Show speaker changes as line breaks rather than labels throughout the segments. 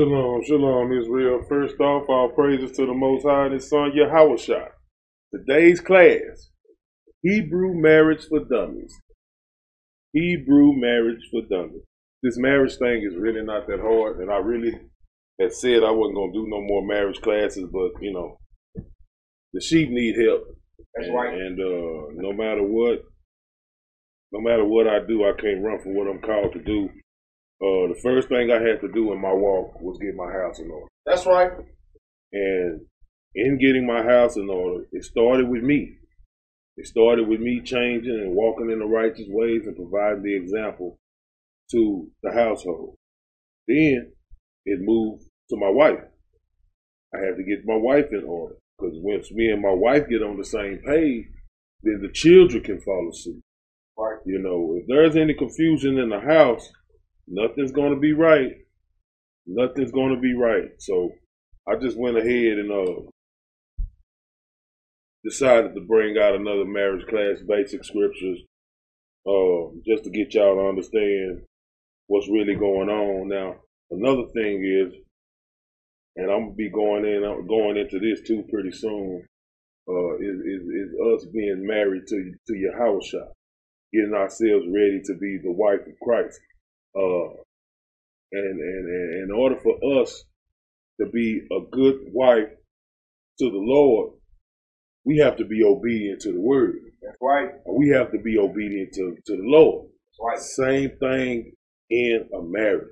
Shalom, shalom, Israel. First off, all praises to the Most High and His Son Yahushua. Today's class, Hebrew marriage for dummies. Hebrew marriage for dummies. This marriage thing is really not that hard, and I really had said I wasn't gonna do no more marriage classes, but you know, the sheep need help,
That's
and,
right.
and uh, no matter what, no matter what I do, I can't run from what I'm called to do. Uh, the first thing I had to do in my walk was get my house in order.
That's right.
And in getting my house in order, it started with me. It started with me changing and walking in the righteous ways and providing the example to the household. Then it moved to my wife. I had to get my wife in order because once me and my wife get on the same page, then the children can follow suit.
Right.
You know, if there's any confusion in the house, nothing's going to be right. Nothing's going to be right. So I just went ahead and uh, decided to bring out another marriage class, basic scriptures, uh, just to get y'all to understand what's really going on. Now, another thing is, and I'm gonna be going in, I'm going into this too pretty soon. Uh, is, is is us being married to to your house shop getting ourselves ready to be the wife of Christ. Uh, and, and, and in order for us to be a good wife to the Lord, we have to be obedient to the word.
That's right.
We have to be obedient to, to the Lord.
That's right.
Same thing in a marriage.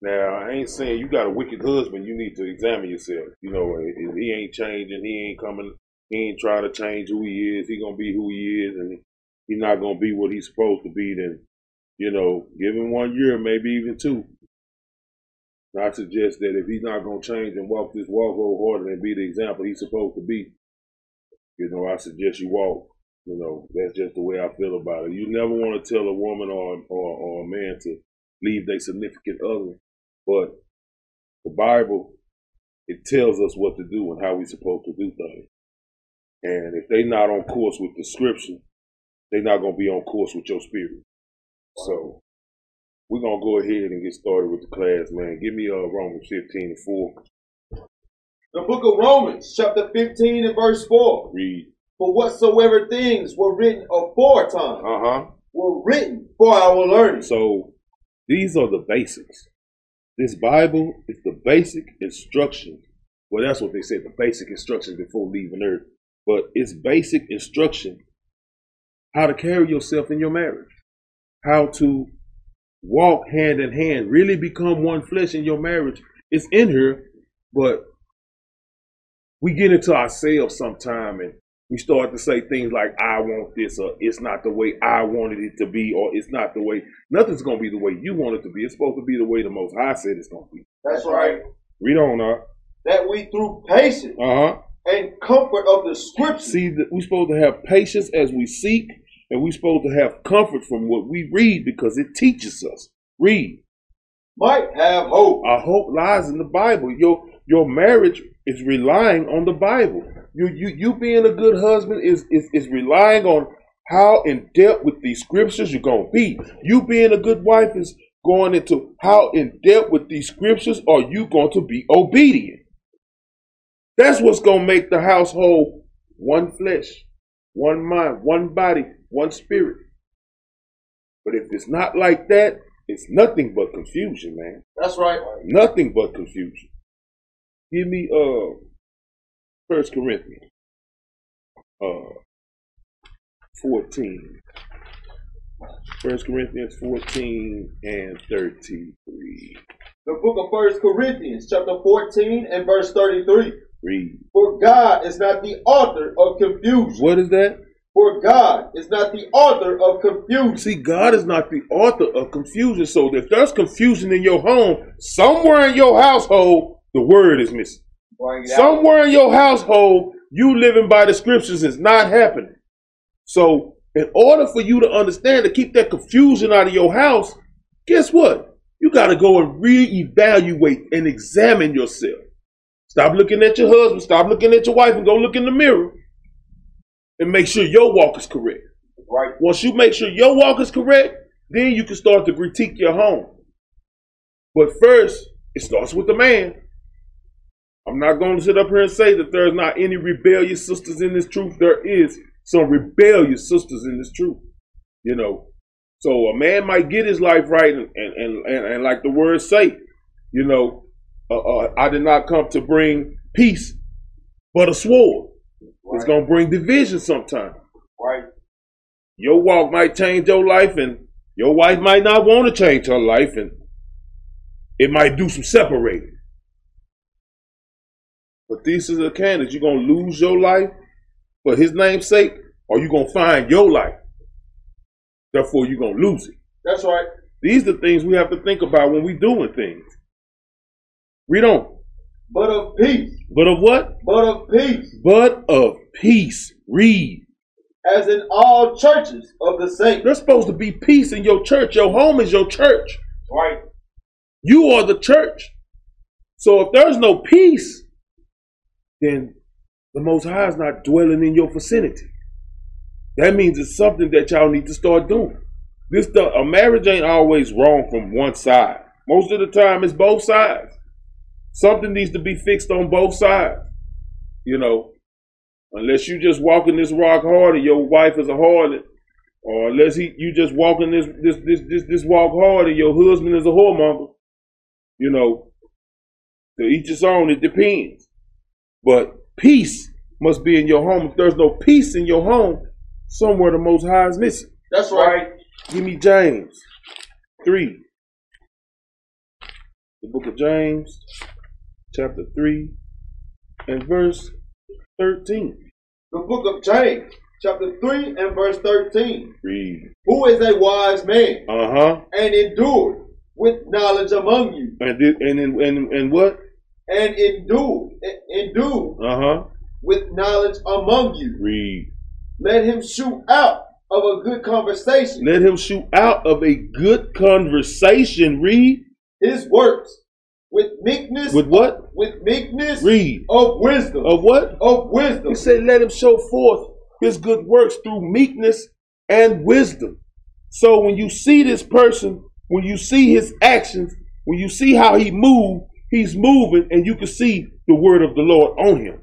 Now, I ain't saying you got a wicked husband, you need to examine yourself. You know, if if he ain't changing, he ain't coming, he ain't trying to change who he is, he gonna be who he is, and he not gonna be what he's supposed to be, then, you know, give him one year, maybe even two. And I suggest that if he's not gonna change and walk this walk wholehearted and be the example he's supposed to be, you know, I suggest you walk. You know, that's just the way I feel about it. You never want to tell a woman or or, or a man to leave their significant other, but the Bible it tells us what to do and how we're supposed to do things. And if they not on course with the scripture, they not gonna be on course with your spirit. So we're gonna go ahead and get started with the class, man. Give me uh Romans fifteen and four.
The book of Romans, chapter 15 and verse 4.
Read.
For whatsoever things were written aforetime
Uh huh.
were written for our learning.
So these are the basics. This Bible is the basic instruction. Well, that's what they said, the basic instruction before leaving earth. But it's basic instruction how to carry yourself in your marriage, how to walk hand in hand, really become one flesh in your marriage. It's in here, but we get into ourselves sometime and we start to say things like i want this or it's not the way i wanted it to be or it's not the way nothing's going to be the way you want it to be it's supposed to be the way the most high said it's going to be
That's right.
read on up
That we through patience
uh-huh
and comfort of the scriptures
see that we're supposed to have patience as we seek and we're supposed to have comfort from what we read because it teaches us read
might have hope.
our hope lies in the bible your your marriage is relying on the bible you you, you being a good husband is, is is relying on how in depth with these scriptures you're gonna be you being a good wife is going into how in depth with these scriptures are you going to be obedient that's what's gonna make the household one flesh one mind one body one spirit but if it's not like that it's nothing but confusion man
That's right.
nothing but confusion. Give me uh First Corinthians uh fourteen. First Corinthians fourteen and thirty-three.
The book of First Corinthians, chapter 14 and verse 33.
Read.
For God is not the author of confusion.
What is that?
For God is not the author of confusion.
See, God is not the author of confusion. So if there's confusion in your home, somewhere in your household, the word is missing.
Bring it out.
Somewhere in your household, you living by the scriptures is not happening. So, in order for you to understand to keep that confusion out of your house, guess what? You got to go and reevaluate and examine yourself. Stop looking at your husband, stop looking at your wife, and go look in the mirror and make sure your walk is correct.
Right.
Once you make sure your walk is correct, then you can start to critique your home. But first, It starts with the man. I'm not going to sit up here and say that there's not any rebellious sisters in this truth. There is some rebellious sisters in this truth, you know. So a man might get his life right, and and and, and, and like the words say, you know, uh, uh, I did not come to bring peace, but a sword. It's
Right.
gonna bring division sometime.
Right.
Your walk might change your life, and your wife might not want to change her life, and it might do some separating. But these are the candidates. You're going to lose your life for his name's sake, or you're going to find your life. Therefore, you're going to lose it.
That's right.
These are the things we have to think about when we doing things. We don't.
But of peace.
But of what?
But of peace.
But of peace. Read.
As in all churches of the saints.
There's supposed to be peace in your church. Your home is your church.
Right.
You are the church. So if there's no peace, then the Most High is not dwelling in your vicinity. That means it's something that y'all need to start doing. This the, a marriage ain't always wrong from one side. Most of the time, it's both sides. Something needs to be fixed on both sides. You know, unless you just walking this rock hard and your wife is a harlot, or unless he you just walking this this this this, this walk hard and your husband is a whoremonger you know, to each his own, it depends. But peace must be in your home. If there's no peace in your home, somewhere the Most High is missing.
That's right.
Give me James 3. The book of James, chapter 3, and verse 13.
The book of James, chapter 3 and verse 13.
Read.
Who is a wise man
Uh huh.
and endured with knowledge among you,
And, thi- and, and, and, and what?
and endued, en- endued
Uh huh.
with knowledge among you.
Read.
Let him shoot out of a good conversation
Let him shoot out of a good conversation. Read.
his works with meekness,
With what?
with meekness
Read.
of wisdom,
Of what?
of wisdom.
He said, Let him show forth his good works through meekness and wisdom. So when you see this person, when you see his actions, when you see how he moved, he's moving, and you can see the word of the Lord on him.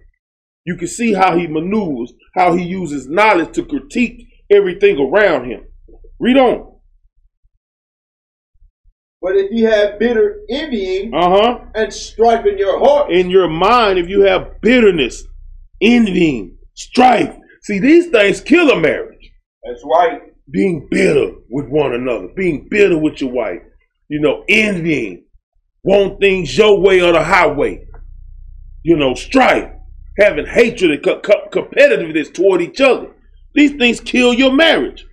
You can see how he maneuvers, how he uses knowledge to critique everything around him. Read on.
But if you have bitter envying
Uh huh.
and strife in your heart,
in your mind if you have bitterness, envying, strife. See, these things kill a marriage.
that's right.
Being bitter with one another, being bitter with your wife, you know, envying, want things your way or the highway, you know, strife, having hatred and co- co- competitiveness toward each other. These things kill your marriage.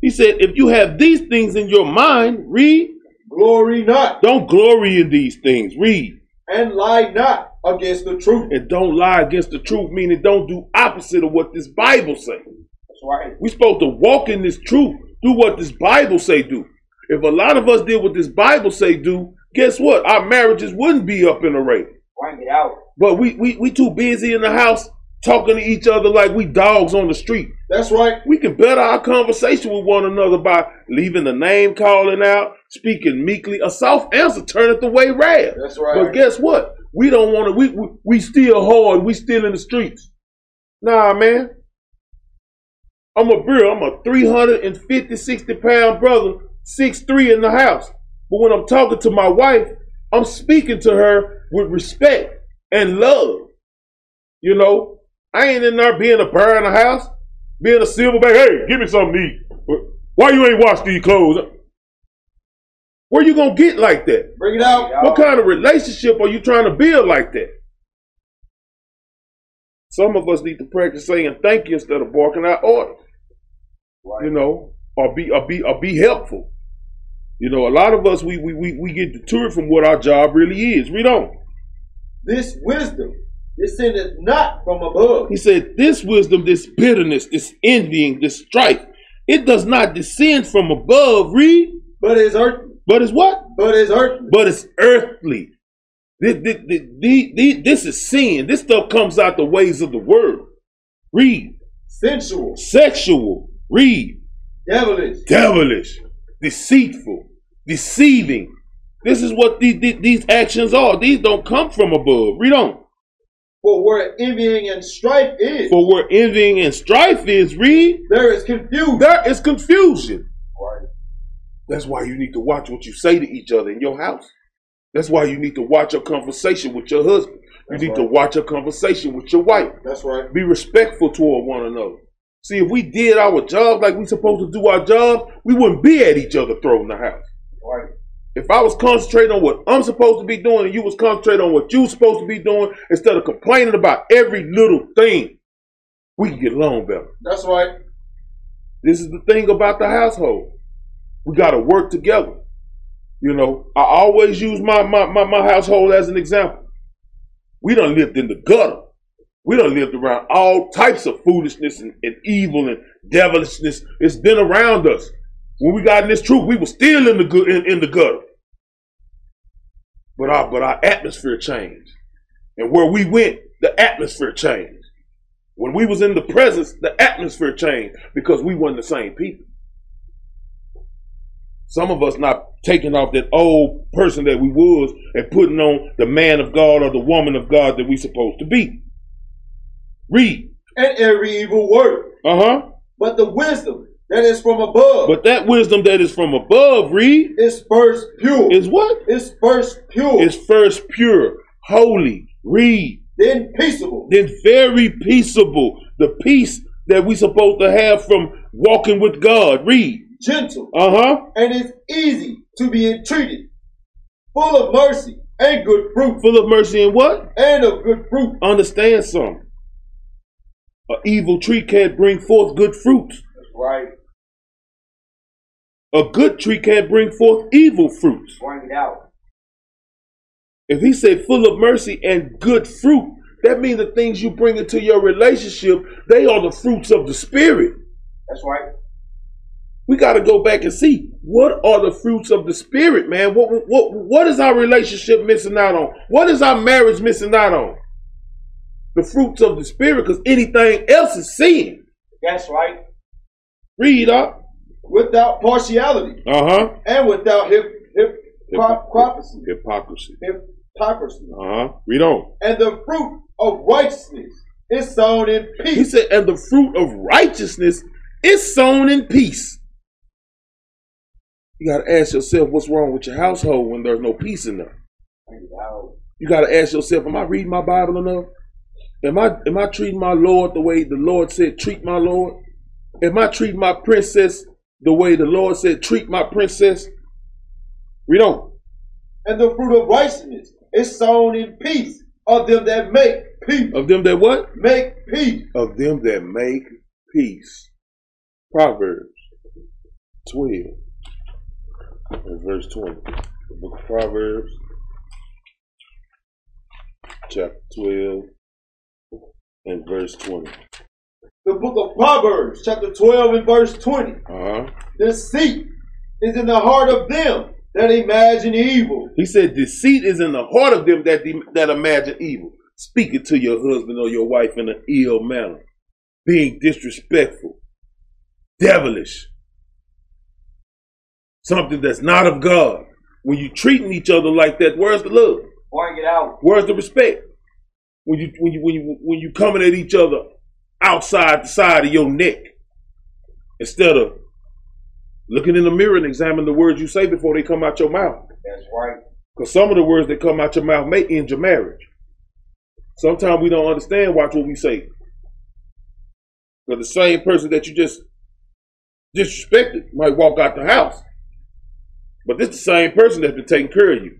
He said, if you have these things in your mind, read.
Glory not
Don't glory in these things. Read.
and lie not against the truth.
and don't lie against the truth, meaning don't do opposite of what this Bible say.
That's right.
We supposed to walk in this truth, do what this Bible say do. If a lot of us did what this Bible say do, guess what? Our marriages wouldn't be up in a rate.
Wind it out.
But we, we we too busy in the house talking to each other like we dogs on the street.
That's right.
We can better our conversation with one another by leaving the name calling out, speaking meekly. A soft answer turneth away wrath.
That's right.
But guess what? We don't want to. We, we we still hard. We still in the streets. Nah, man. I'm a brother. I'm a 350, 60 pound brother, six three in the house. But when I'm talking to my wife, I'm speaking to her with respect and love. You know, I ain't in there being a bird in the house, being a silverback. Hey, give me something to eat. Why you ain't washed these clothes? Where you gonna get like that?
Bring it out.
What kind of relationship are you trying to build like that? Some of us need to practice saying thank you instead of barking out orders, you know, or be or be or be helpful. You know, a lot of us we we we, we get deterred from what our job really is. We don't.
This wisdom descendeth not from above,
He said, This wisdom, this bitterness, this envying, this strife, it does not descend from above, read,
but is earthly,
but is what?
but is earthly,
but it's earthly. Thi- thi- thi- thi- thi- This is sin. This stuff comes out the ways of the world. Read.
sensual,
Sexual. Read.
devilish,
Devilish. Deceitful. Deceiving. This is what these, these, these actions are. These don't come from above. Read on.
For where envying and strife is,
For where envying and strife is, read,
there is confusion.
there is confusion.
Right.
That's why you need to watch what you say to each other in your house. That's why you need to watch your conversation with your husband. You
That's
need to
right.
watch your conversation with your wife.
That's right.
Be respectful toward one another. See, if we did our job like we supposed to do our job, we wouldn't be at each other throwing the house.
Right.
If I was concentrating on what I'm supposed to be doing and you was concentrating on what you supposed to be doing instead of complaining about every little thing, we can get along better.
That's right.
This is the thing about the household. We gotta work together. You know, I always use my my, my, my household as an example. We done lived in the gutter. We done lived around all types of foolishness and, and evil and devilishness. It's been around us. When we got in this truth, we were still in the good in, in the gutter. But our but our atmosphere changed. And where we went, the atmosphere changed. When we was in the presence, the atmosphere changed because we weren't the same people. Some of us not taking off that old person that we was and putting on the man of God or the woman of God that we supposed to be. Read.
And every evil work,
Uh-huh.
but the wisdom that is from above
But that wisdom that is from above, read,
is first pure.
is what?
Is first pure.
Is first pure, holy, read,
then peaceable.
then very peaceable. The peace that we supposed to have from walking with God. Read.
gentle,
Uh-huh.
and is easy to be entreated, full of mercy and good fruit,
Full of mercy and what?
and of good fruit.
understand something. An evil tree can't bring forth good fruit.
Right,
A good tree can't bring forth evil fruit.
bring it out.
If he said full of mercy and good fruit, that means the things you bring into your relationship, they are the fruits of the spirit.
That's right.
We got to go back and see what are the fruits of the spirit, man. What what what is our relationship missing out on? What is our marriage missing out on? The fruits of the spirit, because anything else is sin.
That's right.
Read up.
Without partiality
Uh huh.
and without hip, hip, hypocrisy,
Hypocrisy.
hypocrisy,
Uh huh. Read on.
and the fruit of righteousness is sown in
He
peace.
said, and the fruit of righteousness is sown in peace. You got to ask yourself what's wrong with your household when there's no peace in there.
Bring it out.
You got to ask yourself, am I reading my Bible enough? Am I am I treating my Lord the way the Lord said treat my Lord? Am I treating my princess the way the Lord said treat my princess? Read on.
And the fruit of righteousness is sown in peace of them that make peace.
Of them that what?
Make peace.
of them that make peace. Proverbs 12 and verse 20. The book of Proverbs, chapter 12 and verse 20.
The book of Proverbs, chapter 12 and verse 20.
Uh-huh.
Deceit is in the heart of them that imagine evil.
He said, Deceit is in the heart of them that, that imagine evil. Speak it to your husband or your wife in an ill manner, being disrespectful, devilish, something that's not of God. When you treating each other like that, where's the love?
Bring it out.
Where's the respect? When you when you when you when you coming at each other outside the side of your neck, instead of looking in the mirror and examining the words you say before they come out your mouth.
That's right.
Because some of the words that come out your mouth may end your marriage. Sometimes we don't understand, watch what we say. Because the same person that you just disrespected might walk out the house. But this the same person that's been taking care of you,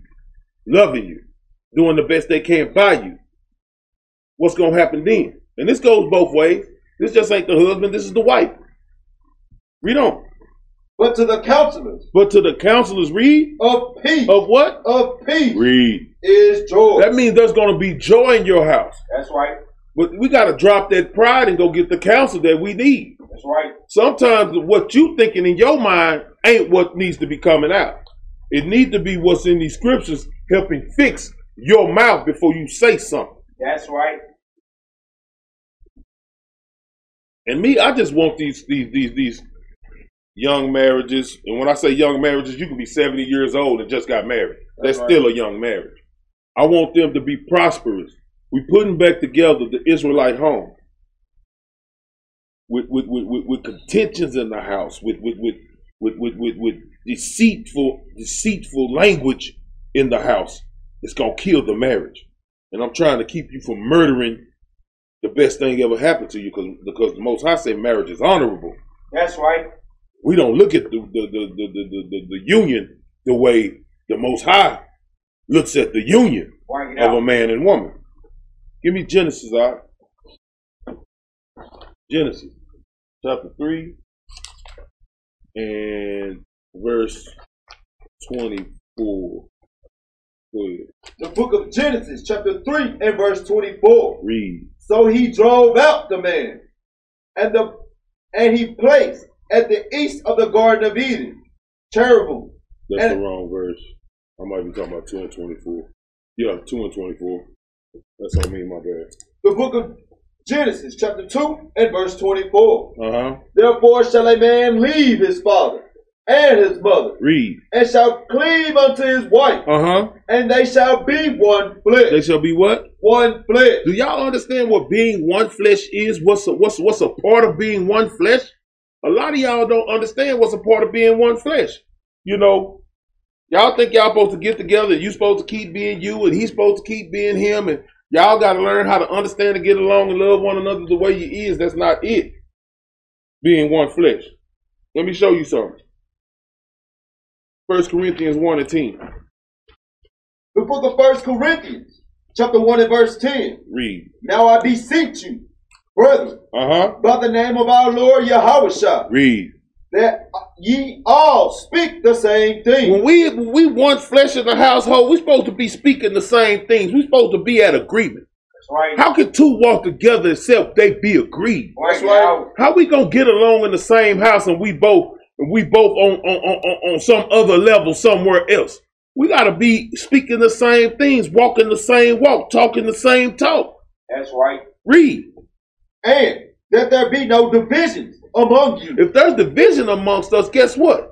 loving you, doing the best they can by you. What's going to happen then? And this goes both ways. This just ain't the husband, this is the wife. Read on.
But to the counselors
But to the counselors, read
of peace, of,
of what?
peace
Read.
is joy.
That means there's going to be joy in your house.
That's right.
But we got to drop that pride and go get the counsel that we need.
That's right.
Sometimes what you thinking in your mind ain't what needs to be coming out. It needs to be what's in these scriptures helping fix your mouth before you say something.
That's right.
And me, I just want these these these these young marriages, and when I say young marriages, you can be 70 years old and just got married. That's,
That's right.
still a young marriage. I want them to be prosperous. we putting back together the Israelite home with with, with, with, with contentions in the house, with with, with, with, with, with with deceitful deceitful language in the house. It's gonna kill the marriage. And I'm trying to keep you from murdering the best thing ever happened to you because because the most high say marriage is honorable
That's right.
we don't look at the the, the, the, the, the, the, the union the way the Most High looks at the union
Wipe it
of a
out.
man and woman. Give me Genesis, all right? Genesis, chapter 3, and verse 24. Go ahead.
The book of Genesis, chapter 3, and verse 24.
Read.
So he drove out the man, and the and he placed at the east of the Garden of Eden cherubim.
That's
And-
the wrong verse. I might be talking about 2 and 24. Yeah, 2 and 24. That's on me, my bad.
The book of Genesis, chapter 2, and verse 24.
Uh huh.
Therefore shall a man leave his father and his mother,
Read.
and shall cleave unto his wife,
Uh huh.
and they shall be one flesh.
They shall be what?
one flesh.
Do y'all understand what being one flesh is? What's a, what's what's a part of being one flesh? A lot of y'all don't understand what's a part of being one flesh. You know, y'all think y'all supposed to get together and you supposed to keep being you and he's supposed to keep being him and y'all got to learn how to understand and get along and love one another the way you is. That's not it. Being one flesh. Let me show you something. First Corinthians 1 and 10.
The book of First Corinthians, chapter 1 and verse 10.
Read.
Now I beseech you, brethren,
Uh-huh.
by the name of our Lord Yahweh,
Read.
that ye all speak the same thing.
When we when we want flesh in the household, we're supposed to be speaking the same things. We're supposed to be at agreement.
right.
How can two walk together except they be agreed?
Right
That's right.
now,
How we gonna get along in the same house and we both and we both on on, on, on on some other level somewhere else? We gotta be speaking the same things, walking the same walk, talking the same talk.
that's right.
Read.
And that there be no divisions among you.
If there's division amongst us, guess what?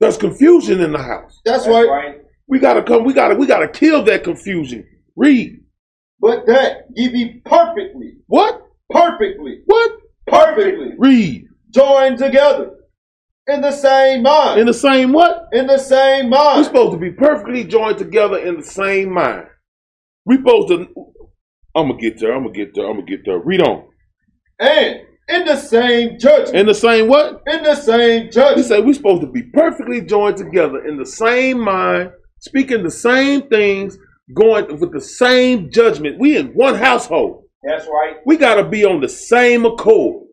There's confusion in the house.
That's
That's
right.
right.
We gotta come. We gotta. We gotta kill that confusion. Read.
But that ye be perfectly,
What?
perfectly,
What?
perfectly
Read.
joined together in the same
In
mind.
the same what?
In the same
We're
mind.
supposed to be perfectly joined together in the same mind. We supposed to. I'm gonna get there. I'm gonna get there. I'm gonna get there. Read on.
And in the same judgment.
In the same what?
In the same
He
judgment.
said we're supposed to be perfectly joined together in the same mind, speaking the same things, going with the same judgment. We in one household.
That's right.
We gotta be on the same accord.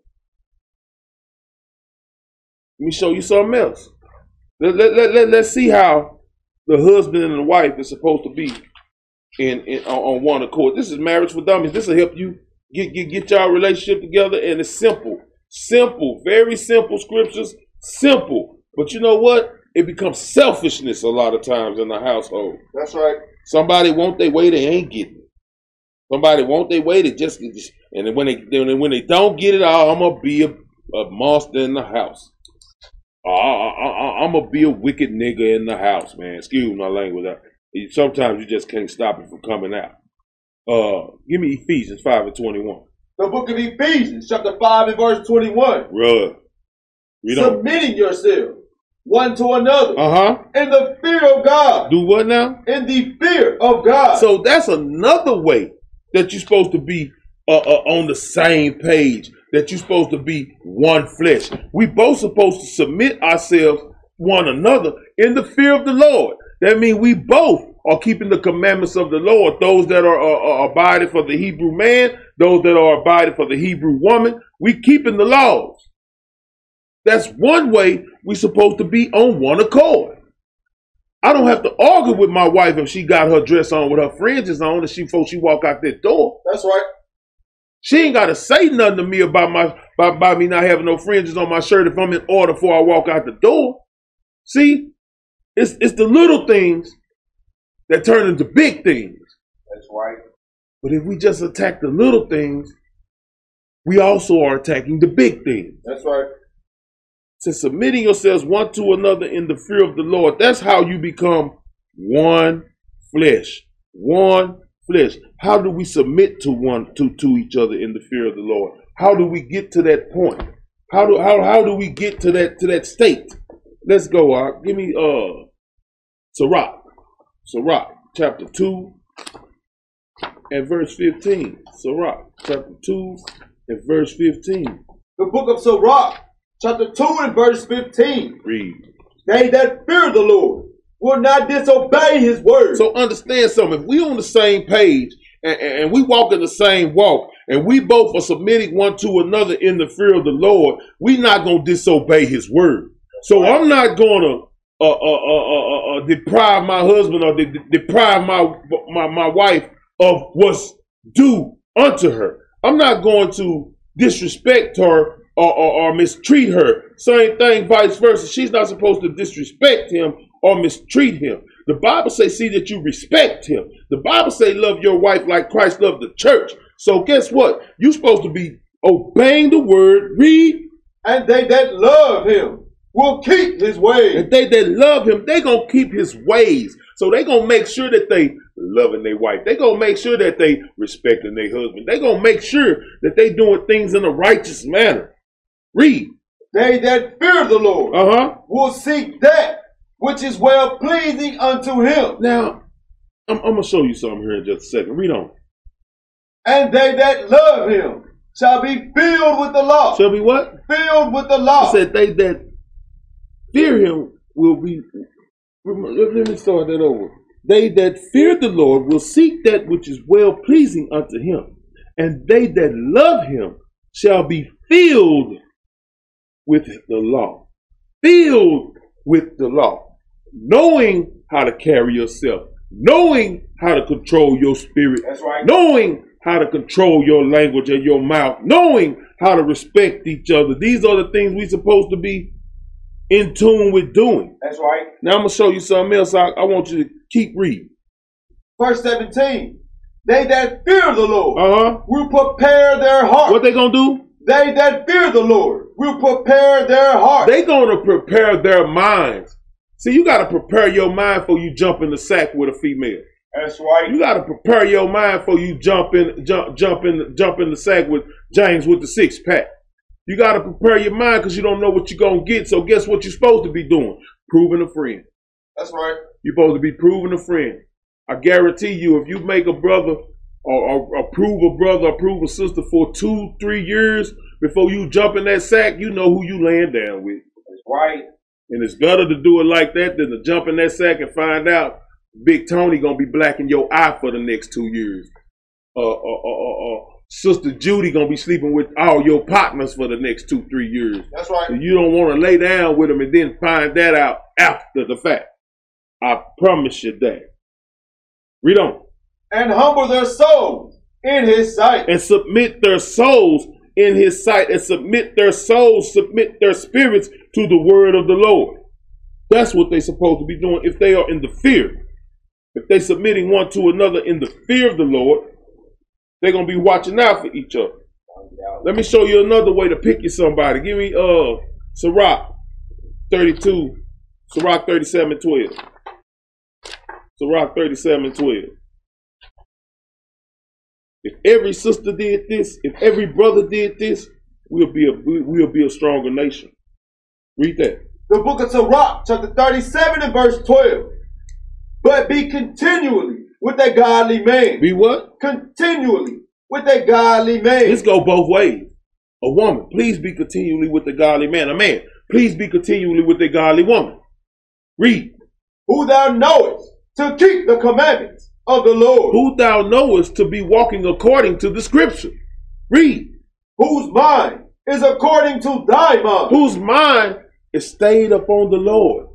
Let me show you something else. Let, let, let, let, let's see how the husband and the wife is supposed to be in, in on, on one accord. This is marriage for dummies. This will help you get, get get y'all relationship together and it's simple. Simple, very simple scriptures, simple. But you know what? It becomes selfishness a lot of times in the household.
That's right.
Somebody want their way, they ain't getting it. Somebody want their way, they just, they just- and then when they then when they don't get it, oh, I'm gonna be a, a monster in the house. Oh, I, am gonna be a wicked nigga in the house, man. Excuse my language. I- you- Sometimes you just can't stop it from coming out. Uh, give me Ephesians five and twenty one.
The book of Ephesians, chapter 5 and verse 21.
Bruh. We don't.
Submitting yourselves one to another
Uh huh.
in the fear of God.
Do what now?
In the fear of God.
So that's another way that you're supposed to be uh, uh, on the same page. That you're supposed to be one flesh. We both supposed to submit ourselves one another in the fear of the Lord. That means we both are keeping the commandments of the Lord. Those that are, are, are abiding for the Hebrew man, those that are abiding for the Hebrew woman, we keeping the laws. That's one way we supposed to be on one accord. I don't have to argue with my wife if she got her dress on with her fringes on and she before she walk out that door.
That's right.
She ain't gotta say nothing to me about my by, by me not having no fringes on my shirt if I'm in order before I walk out the door. See? It's it's the little things that turn into big things.
That's right.
But if we just attack the little things, we also are attacking the big things.
That's right.
to submitting yourselves one to another in the fear of the Lord. That's how you become one flesh. One flesh. How do we submit to one to, to each other in the fear of the Lord? How do we get to that point? How do how, how do we get to that to that state? Let's go, Ark. Give me uh Sirach. Sirach, chapter two and verse fifteen. Sirach, chapter two and verse fifteen.
The book of Sirach, chapter 2 and verse 15.
Read.
They that fear the Lord will not disobey his word.
So understand something. If we on the same page and, and and we walk in the same walk, and we both are submitting one to another in the fear of the Lord, we not gonna disobey His word. So I'm not gonna uh, uh, uh, uh, uh, uh, deprive my husband or de- de- deprive my, my my wife of what's due unto her. I'm not going to disrespect her or, or, or mistreat her. Same thing, vice versa. She's not supposed to disrespect him or mistreat him. The Bible say, see that you respect him. The Bible say, love your wife like Christ loved the church. So guess what? You're supposed to be obeying the word. Read
And they that love him will keep his ways.
And they that love him, they gonna keep his ways. So they gonna make sure that they loving their wife. They gonna make sure that they respecting their husband. They gonna make sure that they doing things in a righteous manner. Read.
They that fear the Lord
Uh huh.
will seek that which is well pleasing unto him.
Now, I'm, I'm gonna show you something here in just a second. Read on.
And they that love him shall be filled with the law.
Tell me what?
filled with the
It
law.
said they that fear him will be. Let let me start that over. They that fear the Lord will seek that which is well pleasing unto him, and they that love him shall be filled with the law. Filled with the law. Knowing how to carry yourself, knowing how to control your spirit,
That's right.
knowing how to control your language and your mouth, knowing how to respect each other. These are the things we're supposed to be in tune with doing.
That's right.
Now I'm gonna show you something else. I, I want you to keep reading.
Verse 17. They that fear the Lord
Uh huh.
will prepare their heart.
What they gonna do?
They that fear the Lord will prepare their heart.
They gonna prepare their minds. See, you gotta prepare your mind before you jump in the sack with a female.
That's right.
You gotta prepare your mind before you jump in, jump, jump in, jump in the sack with James with the six pack. You gotta prepare your mind because you don't know what you're gonna get. So guess what you're supposed to be doing? Proving a friend.
That's right.
You're supposed to be proving a friend. I guarantee you, if you make a brother or, or approve a brother, approve a sister for two, three years before you jump in that sack, you know who you laying down with.
That's right.
And it's better to do it like that than to jump in that sack and find out Big Tony gonna be black in your eye for the next two years. Uh, uh, uh, uh, uh, Sister Judy gonna be sleeping with all your partners for the next two, three years.
That's
And you don't want to lay down with them and then find that out after the fact. I promise you that. Read on.
And humble their souls in his sight.
And submit their souls in his sight and submit their souls, submit their spirits to the word of the Lord. That's what they're supposed to be doing if they are in the fear. If they submitting one to another in the fear of the Lord, they're gonna be watching out for each other. Let me show you another way to pick you somebody. Give me uh Sirach 32, Sirach 37 12. Sirach 37 12. If every sister did this, if every brother did this, we'll be a we'll be a stronger nation. Read that.
The book of Sirach, chapter 37 and verse 12. But be continually with a godly man.
Be what?
continually with a godly man.
This go both ways. A woman, please be continually with the godly man. A man, please be continually with the godly woman. Read.
who thou knowest to keep the commandments of the Lord,
who thou knowest to be walking according to the scripture. Read.
whose mind is according to thy mind.
Whose mind is stayed upon the Lord,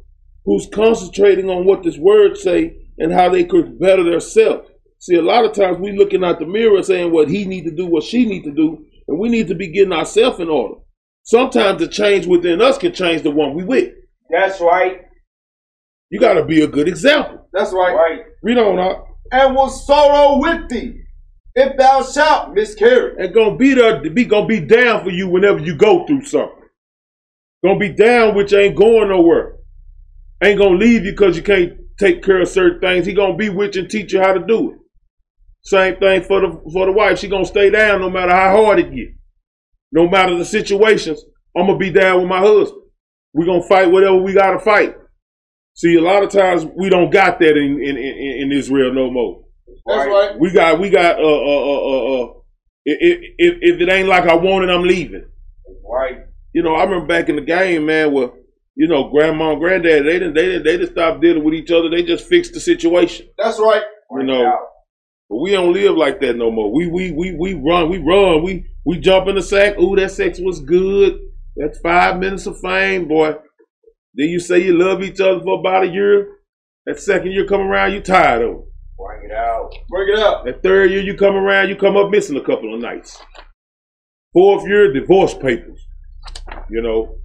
who's concentrating on what this word say and how they could better themselves. See, a lot of times we looking out the mirror saying what he need to do, what she need to do, and we need to be getting ourselves in order. Sometimes the change within us can change the one we with.
That's right.
You got to be a good example.
That's right.
Right.
Read on up.
And will sorrow with thee if thou shalt miscarry.
And gonna be there, be gonna be down for you whenever you go through something. Gonna be down with you, ain't going nowhere. Ain't gonna leave you because you can't take care of certain things. He gonna be with you and teach you how to do it. Same thing for the for the wife. She gonna stay down no matter how hard it get. No matter the situations, I'm gonna be down with my husband. we gonna fight whatever we gotta fight. See, a lot of times we don't got that in in, in, in Israel no more.
That's
Right.
right.
We got we got uh uh uh uh. uh if, if if it ain't like I want it, I'm leaving.
right.
You know, I remember back in the game, man, where you know grandma and granddad they didn't they didn't they just stopped dealing with each other. They just fixed the situation.
That's right.
You know, But we don't live like that no more. We we we we run, we run, we we jump in the sack. Ooh, that sex was good. That's five minutes of fame, boy. Then you say you love each other for about a year. That second year come around, you tired of it.
Bring it out.
Bring it up.
That third year you come around, you come up missing a couple of nights. Fourth year, divorce papers. You know,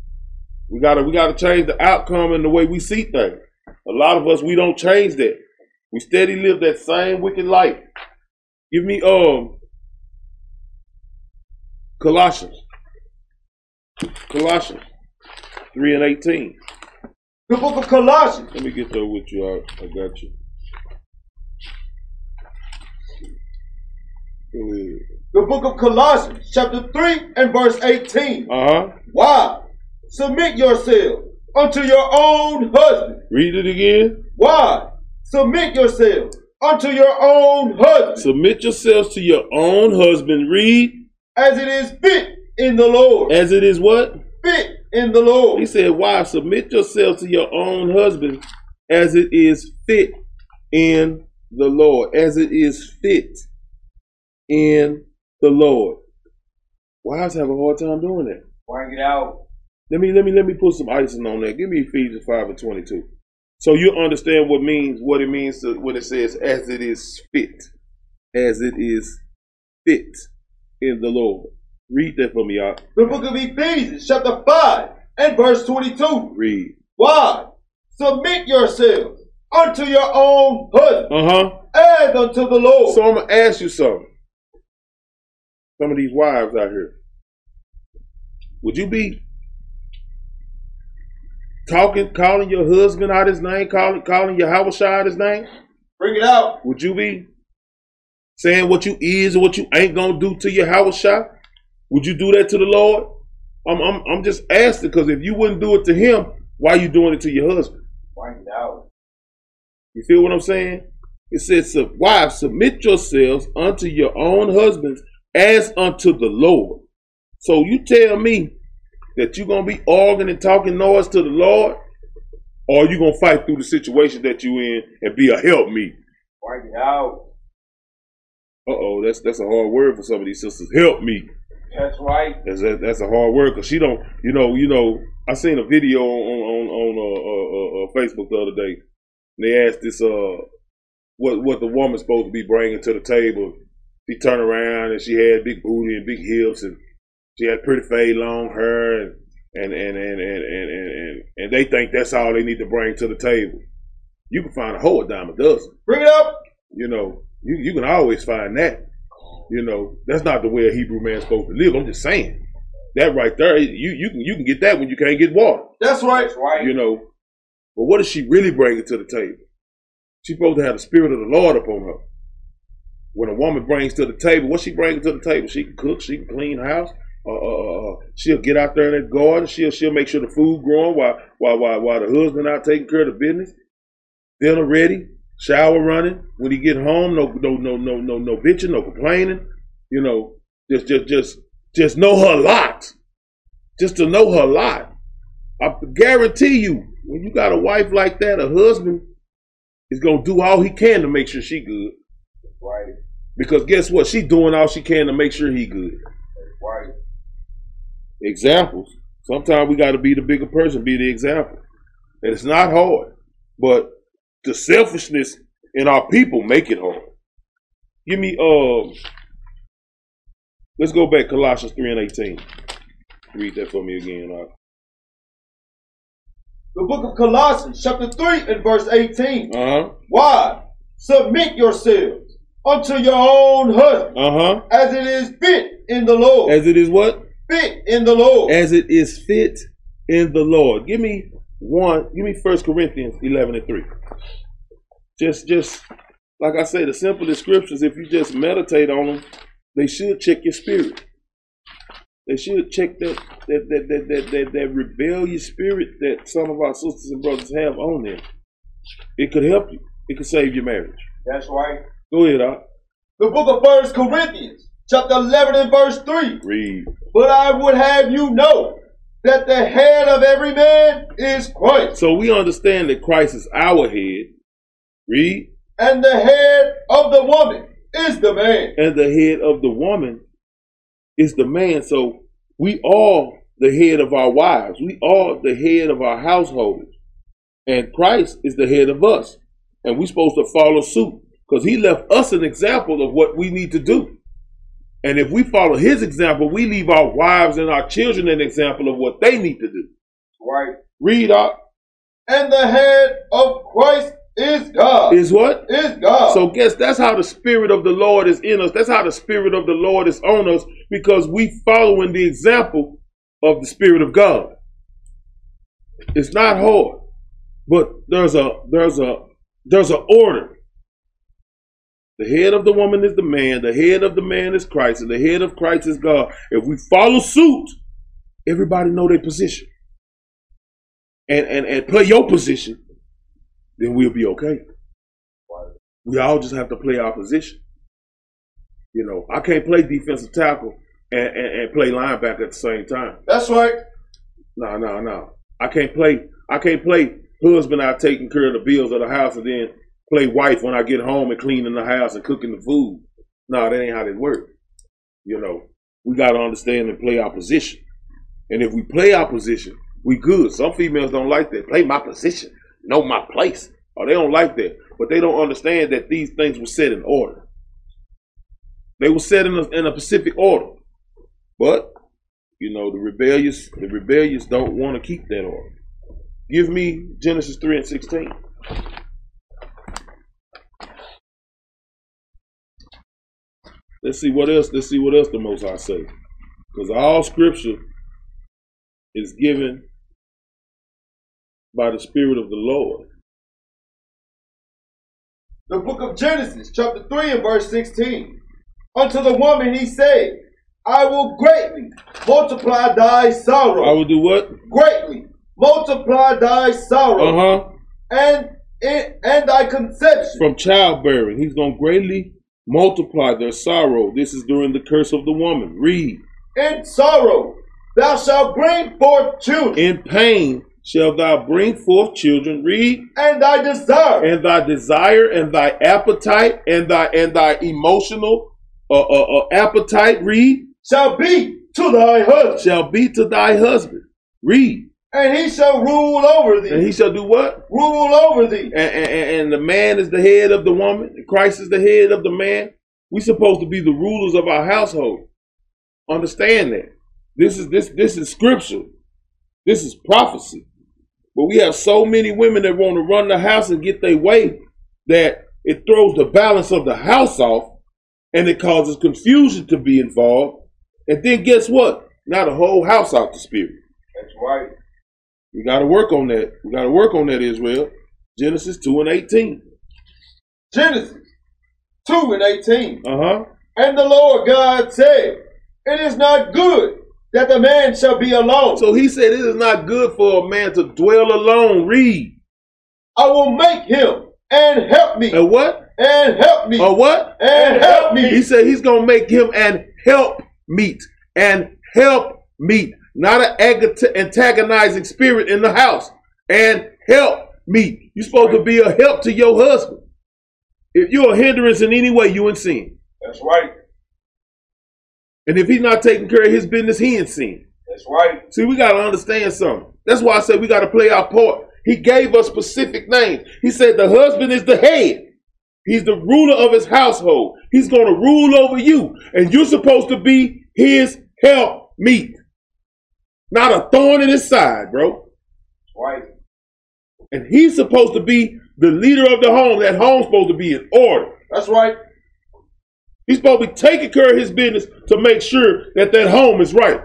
we gotta we gotta change the outcome and the way we see things. A lot of us we don't change that. We steady live that same wicked life. Give me um Colossians. Colossians three and eighteen.
The book of Colossians.
Let me get there with you. I, I got you. Go ahead.
The book of Colossians, chapter 3 and verse 18.
Uh huh.
Why? Submit yourselves unto your own husband.
Read it again.
Why? Submit yourselves unto your own husband
Submit yourselves to your own husband. Read
as it is fit in the Lord.
as it is what?
Fit in the
He
Lord.
said, Wives, submit yourselves to your own husband as it is fit in the Lord. As it is fit in the Lord. Wives have a hard time doing that.
Bring it out.
Let me let me let me put some icing on that. Give me Ephesians five and twenty two, so you understand what means what it means to, when it says as it is fit, as it is fit in the Lord. Read that for me, y'all.
The book of Ephesians, chapter 5 and verse 22.
Read.
Why? Submit yourselves unto your own husband
Uh huh.
as unto the Lord.
So I'm gonna ask you something. Some of these wives out here, would you be talking, calling your husband out his name, calling calling your house out his name?
Bring it out.
Would you be saying what you is or what you ain't gonna do to your house shop? Would you do that to the Lord? I'm I'm, I'm just asking because if you wouldn't do it to him, why you doing it to your husband?
Bring it out.
You feel what I'm saying? It says, "Sub- "Wives, submit yourselves unto your own husbands as unto the Lord." So you tell me that you're gonna be arguing and talking noise to the Lord, or you gonna fight through the situation that you in and be a help me?
Bring it out.
Uh oh, that's that's a hard word for some of these sisters. Help me.
That's right.
That's that, that's a hard word because she don't. You know, you know. I seen a video on on on, on uh, uh, uh, Facebook the other day. And they asked this uh, what what the woman's supposed to be bringing to the table. She turned around and she had big booty and big hips and she had pretty fade, long hair and and and and and and and, and, and they think that's all they need to bring to the table. You can find a whole dime a dozen.
Bring it up.
You know, you, you can always find that. You know, that's not the way a Hebrew man's supposed to live. I'm just saying. That right there, you, you can you can get that when you can't get water.
That's right.
That's right.
You know. But what is she really bringing to the table? She's supposed to have the spirit of the Lord upon her. When a woman brings to the table, what she bringing to the table? She can cook, she can clean house. Uh, uh, uh, uh, she'll get out there in that garden. She'll she'll make sure the food growing while while while, while the husband out taking care of the business. Dinner ready, shower running. When he get home, no no no no no no bitching, no complaining. You know, just just just just know her lot. Just to know her lot. I guarantee you, when you got a wife like that, a husband is gonna do all he can to make sure she good.
Right.
Because guess what? She doing all she can to make sure he good.
Right.
Examples. Sometimes we gotta be the bigger person, be the example. And it's not hard. But the selfishness in our people make it hard. Give me um let's go back Colossians three and eighteen. Read that for me again. Al.
The book of Colossians, chapter 3 and verse 18.
Uh-huh.
Why? Submit yourselves unto your own husband
Uh-huh.
as it is fit in the Lord.
As it is what?
fit in the Lord.
as it is fit in the Lord. Give me one. Give me First Corinthians eleven and three. Just, just like I say, the simplest scriptures. If you just meditate on them, they should check your spirit. They should check that that that that that, that, that rebellious spirit that some of our sisters and brothers have on them. It could help you. It could save your marriage.
That's right.
Go ahead, I
The book of First Corinthians, chapter 11 and verse 3.
read.
But I would have you know that the head of every man is Christ,
So we understand that Christ is our head. Read.
and the head of the woman is the man.
and the head of the woman is the man. So we all the head of our wives. We all the head of our households. And Christ is the head of us. And we're supposed to follow suit because he left us an example of what we need to do. And if we follow his example, we leave our wives and our children an example of what they need to do.
Right.
Read out
And the head of Christ is God. Is,
is what?
God.
So guess that's how the spirit of the Lord is in us. That's how the spirit of the Lord is on us because we following the example of the spirit of God. It's not hard, but there's a there's a there's an order. The head of the woman is the man. The head of the man is Christ, and the head of Christ is God. If we follow suit, everybody know their position, and and and play your position, then we'll be okay we all just have to play our position. You know, I can't play defensive tackle and, and, and play linebacker at the same time.
That's right.
No, no, no. I can't play. I can't play husband out taking care of the bills of the house and then play wife when I get home and cleaning the house and cooking the food. No, that ain't how that works. You know, we got to understand and play our position. And if we play our position, we good. Some females don't like that. Play my position, know my place. Or they don't like that, but they don't understand that these things were set in order. They were set in a, in a specific order, but you know the rebellious the rebellious don't want to keep that order. Give me Genesis three and sixteen. Let's see what else. Let's see what else the Most High say, because all Scripture is given by the Spirit of the Lord.
The book of Genesis, chapter 3 and verse 16. Unto the woman he said, I will greatly multiply thy sorrow.
I will do what?
greatly multiply thy
Uh
sorrow
huh.
and and and thy conception.
From childbearing, He's gonna greatly multiply their sorrow. This is during the curse of the woman. Read.
In sorrow thou shalt bring forth children,
In pain shall thou bring forth children. Read.
and thy desire
And thy desire and thy appetite and thy and thy emotional uh, uh, uh, appetite. Read.
shall be to thy husband,
Shall be to thy husband. Read.
and he shall rule over
And
thee.
he shall do what?
Rule over thee.
and, and, and the man is the head of the woman, and Christ is the head of the man. we supposed to be the rulers of our household. Understand that. This is this this is scripture. This is prophecy. But we have so many women that want to run the house and get their way that it throws the balance of the house off and it causes confusion to be involved. And then guess what? Now the whole house out the spirit.
That's right.
We got to work on that. We got to work on that, Israel. Genesis 2 and 18.
Genesis 2 and 18.
Uh huh.
And the Lord God said, It is not good that the man shall be alone.
So he said, It is not good for a man to dwell alone. Read.
I will make him and help me
A what?
and help me
A what?
and help
He
me.
said, Oh, He's going to make him an help meet. An help meet. Not an ag- antagonizing spirit in the house. And help meet. You're supposed to be a help to your husband. If you're a hindrance in any way, you in sin.
That's right.
And if he's not taking care of his business, he in sin.
That's right.
See, we gotta understand something. That's why I said we gotta play our part. He gave us specific names. He said the husband is the head. He's the ruler of his household. He's gonna rule over you, and you're supposed to be his help meet, not a thorn in his side, bro.
That's right.
And he's supposed to be the leader of the home. That home's supposed to be in order.
That's right.
He's supposed to be taking care of his business to make sure that that home is right.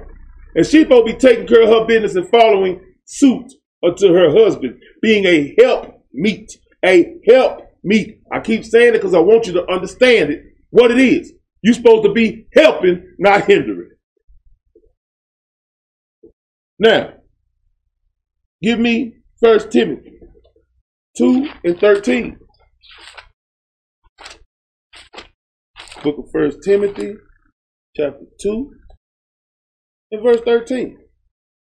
And she's supposed to be taking care of her business and following suit unto her husband, being a help meet. A help meet. I keep saying it because I want you to understand it, what it is. You're supposed to be helping, not hindering. Now, give me First Timothy 2 and 13. Book of First Timothy, chapter 2, and verse 13.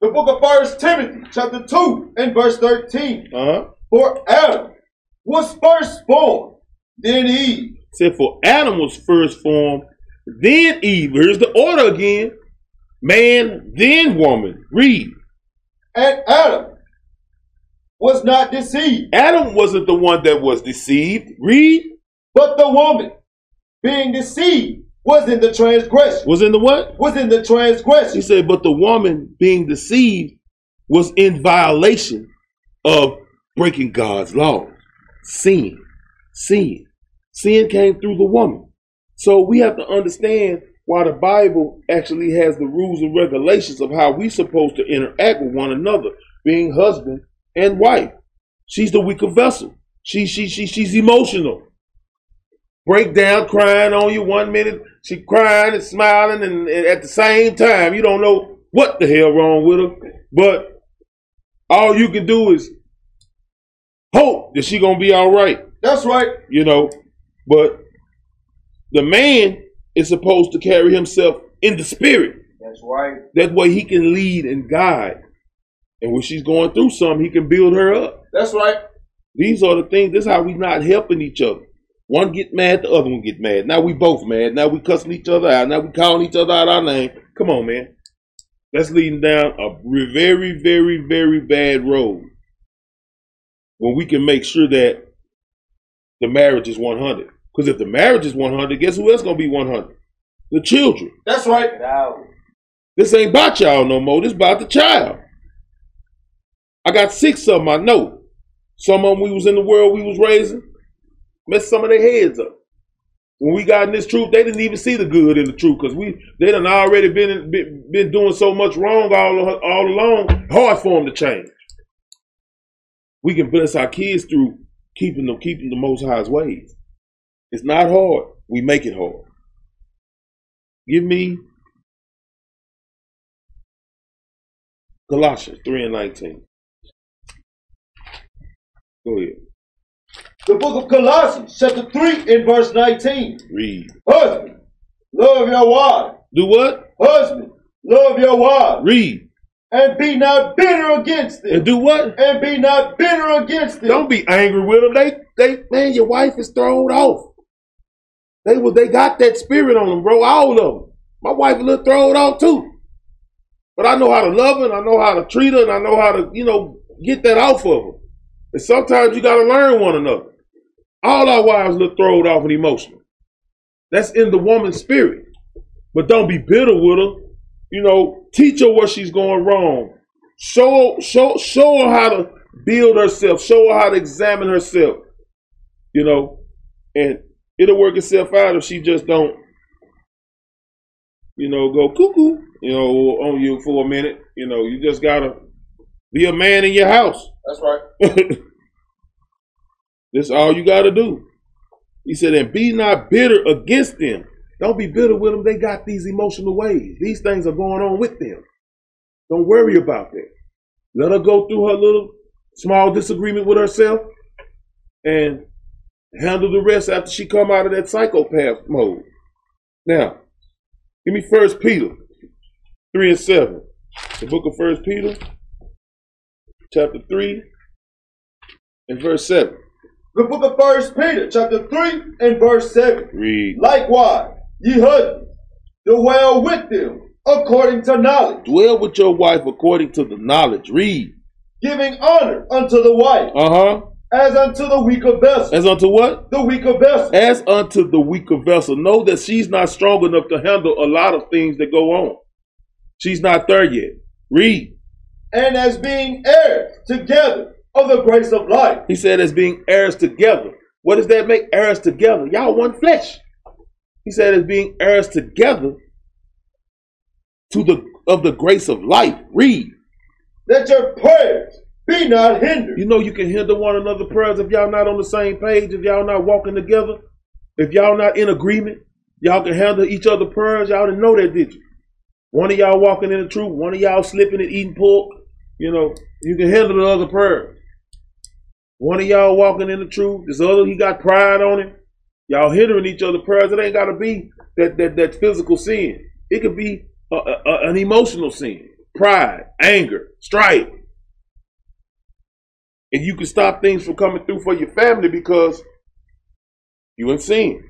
The book of First Timothy, chapter 2, and verse 13.
Uh-huh.
For Adam was first born, then Eve.
said, For Adam was first formed, then Eve. Here's the order again. Man, then woman. Read.
And Adam was not deceived,
Adam wasn't the one that was deceived. Read.
but the woman, being deceived, was in the transgression.
Was in the what?
Was in the
He
transgression
said, but the woman being deceived was in violation of breaking God's law. Sin. Sin. Sin came through the woman. So we have to understand why the Bible actually has the rules and regulations of how we're supposed to interact with one another, being husband and wife. She's the weaker vessel. She she she she's emotional break down crying on you one minute she crying and smiling and, and at the same time you don't know what the hell wrong with her but all you can do is hope that she gonna be all right
That's right.
you know but the man is supposed to carry himself in the spirit
That's right.
that way he can lead and guide and when she's going through something he can build her up
That's right.
these are the things. This is how we not helping each other. One get mad, the other one get mad. Now we both mad. Now we cussing each other out. Now we calling each other out our name. Come on, man. That's leading down a re- very, very, very bad road. When we can make sure that the marriage is 100. Because if the marriage is 100, guess who else gonna be 100? The children.
That's right.
Get out.
This ain't about y'all no more. This about the child. I got six of them. I know. Some of them we was in the world we was raising messed some of their heads up. When we got in this truth, they didn't even see the good in the truth because we they done already been, been been doing so much wrong all all along. Hard for them to change. We can bless our kids through keeping them keeping the Most High's ways. It's not hard. We make it hard. Give me Colossians 3 and 19. Go ahead.
The book of Colossians, chapter 3, and verse 19.
Read.
Husband, love your wife.
Do what?
Husband, love your wife.
Read.
And be not bitter against
And
them.
do what?
And be not bitter against them.
Don't be angry with them. They, they, man, your wife is thrown off. They was, they got that spirit on them, bro. All of them. My wife a little thrown off too, but I know how to love her, and I know how to treat her, and I know how to, you know, get that off of her. And sometimes you got to learn one another. All our wives look thrown off and emotional. That's in the woman's spirit. But don't be bitter with her. You know, teach her where she's going wrong. Show show show her how to build herself. Show her how to examine herself. You know, and it'll work itself out if she just don't, you know, go cuckoo. You know, on you for a minute. You know, you just gotta be a man in your house.
That's right.
That's all you got to do. He said, and be not bitter against them. Don't be bitter with them. They got these emotional ways. These things are going on with them. Don't worry about that. Let her go through her little small disagreement with herself and handle the rest after she come out of that psychopath mode. Now, give me First Peter 3 and 7. The book of First Peter, chapter 3 and verse 7.
The book of First Peter, chapter 3, and verse 7.
Read.
Likewise, ye husbands, dwell with them according to knowledge,
Dwell with your wife according to the knowledge. Read.
giving honor unto the wife,
Uh huh.
as unto the weaker vessel.
As unto what?
The weaker vessel.
As unto the weaker vessel. Know that she's not strong enough to handle a lot of things that go on. She's not there yet. Read.
and as being heirs together of the grace of life.
He said, as being heirs together. What does that make? Heirs together. Y'all one flesh. He said, as being heirs together to the of the grace of life. Read.
that your prayers be not hindered.
You know you can hinder one another prayers if y'all not on the same page, if y'all not walking together, if y'all not in agreement. Y'all can handle each other prayers. Y'all didn't know that, did you? One of y'all walking in the truth, one of y'all slipping and eating pork. You know, you can handle the other prayers. One of y'all walking in the truth, this other he got pride on him. Y'all hindering each other prayers. It ain't got to be that that that physical sin. It could be a, a- a- an emotional sin, pride, anger, strife and you can stop things from coming through for your family because you in sin.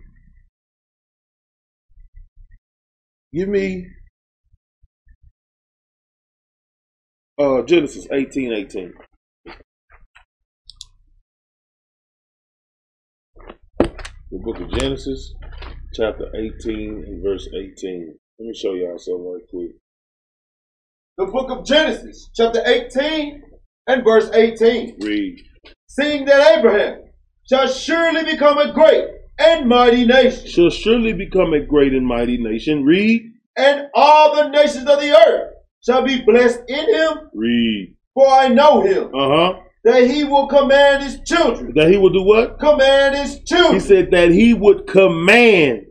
Give me uh, Genesis eighteen eighteen. The book of Genesis, chapter 18 and verse 18. Let me show y'all something right quick.
The book of Genesis, chapter 18 and verse 18.
Read.
Seeing that Abraham shall surely become a great and mighty nation,
Shall surely become a great and mighty nation. Read.
and all the nations of the earth shall be blessed in him,
Read.
for I know him,
Uh huh.
that he will command his children.
That he will do what?
Command his
He
children.
said that he would command.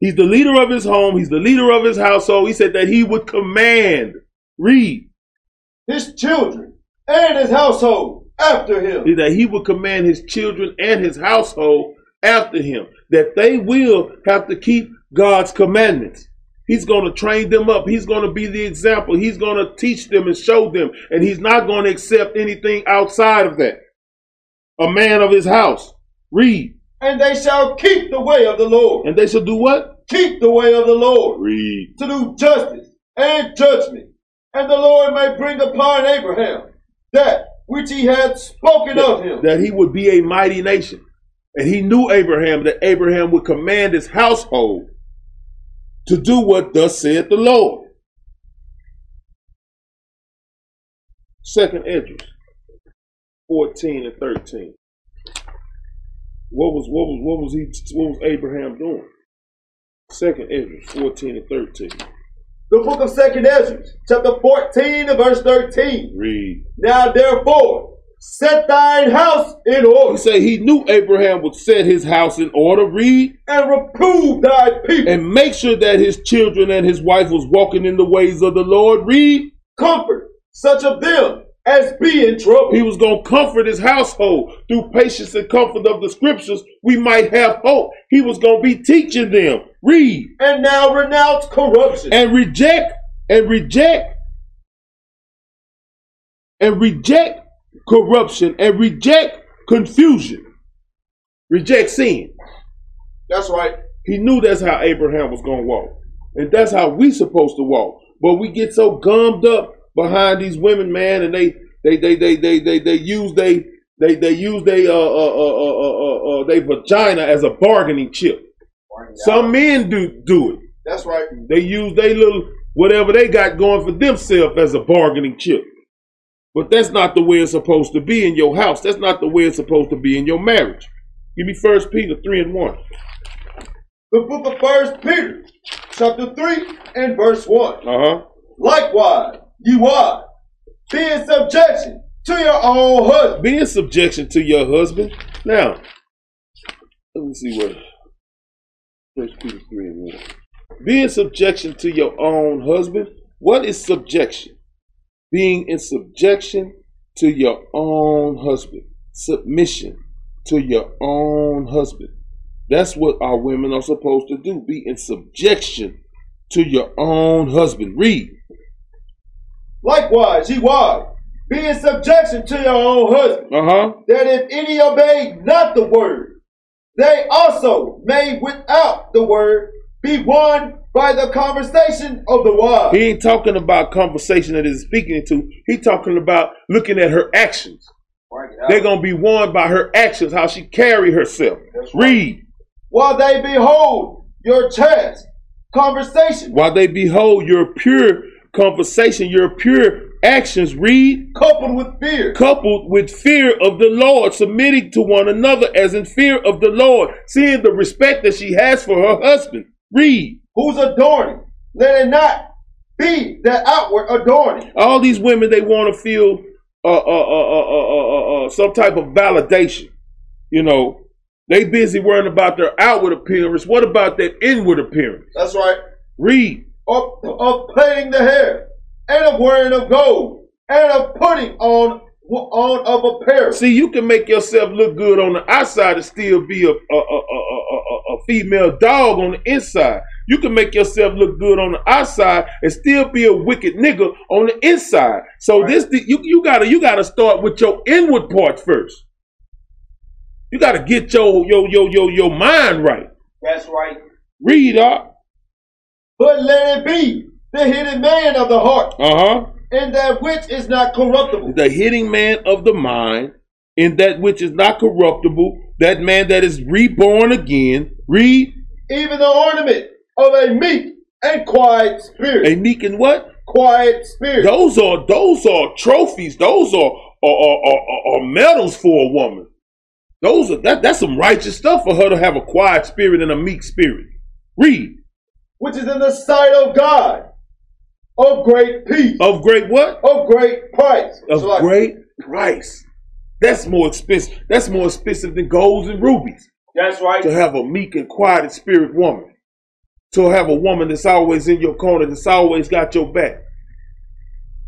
He's the leader of his home. He's the leader of his household. He said that he would command. Read.
his children and his household after him.
That he would command his children and his household after him. That they will have to keep God's commandments. He's going to train them up. He's going to be the example. He's going to teach them and show them. And he's not going to accept anything outside of that. A man of his house. Read.
And they shall keep the way of the Lord.
And they shall do what?
Keep the way of the Lord
Read.
to do justice and judgment. And the Lord may bring upon Abraham that which he had spoken of him.
that he would be a mighty nation. And he knew Abraham that Abraham would command his household to do what thus said the Lord. Second Edges 14 and 13. What was what was what was he what was Abraham doing? Second Edges 14 and 13.
The book of Second Ezra, chapter 14 and verse 13.
Read.
Now therefore, set thine house in
He
order
said he knew Abraham would set his house in order. Read.
and reprove thy people.
and make sure that his children and his wife was walking in the ways of the Lord. Read,
Comfort such of them as be in trouble.
he was going to comfort his household through patience and comfort of the scriptures. We might have hope. He was going to be teaching them. Read
and now renounce corruption.
and reject and reject and reject corruption and reject confusion. Reject sin.
That's right.
He knew that's how Abraham was going to walk. And that's how we supposed to walk. But we get so gummed up behind these women, man, and they they they they they they, they use they they they use they uh uh uh uh uh, uh they vagina as a bargaining chip. Some men do do it.
That's right.
They use they little whatever they got going for themselves as a bargaining chip. But that's not the way it's supposed to be in your house. That's not the way it's supposed to be in your marriage. Give me First Peter three and one.
The book of First Peter, chapter three and verse one.
Uh huh.
Likewise, ye wives, be in subjection to your own husband,
be in subjection to your husband. Now, let me see what First Peter three and one. Be in subjection to your own husband. What is subjection? Being in subjection to your own husband. Submission to your own husband. That's what our women are supposed to do. Be in subjection to your own husband. Read.
Likewise, ye wives, be in subjection to your own husband,
Uh huh.
that if any obey not the word, they also may without the word be won by the conversation of the wives.
He ain't talking about conversation that is speaking into. He talking about looking at her actions.
Right.
They're gonna be warned by her actions, how she carry herself. Read
while they behold your chest, conversation,
while they behold your pure conversation, your pure actions. Read
coupled with fear,
coupled with fear of the Lord, submitting to one another as in fear of the Lord, seeing the respect that she has for her husband. Read
whose adorning, let it not be that outward adorning.
All these women, they want to feel uh, uh, uh, uh, uh, uh, uh, some type of validation. You know, they busy worrying about their outward appearance. What about that inward appearance?
That's right.
Read.
Of, of plaiting the hair, and of wearing of gold, and of putting on on of apparel.
See, you can make yourself look good on the outside and still be a a, a, a, a, a female dog on the inside. You can make yourself look good on the outside and still be a wicked nigga on the inside. So this this, you you gotta you gotta start with your inward part first. You gotta get your your your your your mind right.
That's right.
Read up.
But let it be the hidden man of the heart,
Uh huh.
and that which is not corruptible.
the hitting man of the mind, in that which is not corruptible, that man that is reborn again, read
even the ornament of a meek and quiet spirit.
a meek and what?
quiet spirit.
Those are those are trophies. Those are are, are, are, are- are medals for a woman. Those are that that's some righteous stuff for her to have a quiet spirit and a meek spirit. Read
Which is in the sight of God, of great peace,
of great what?
of great price.
Of
So like-
great price. That's more expensive. That's more expensive than golds and rubies.
That's right.
to have a meek and quiet spirit woman, to have a woman that's always in your corner, that's always got your back,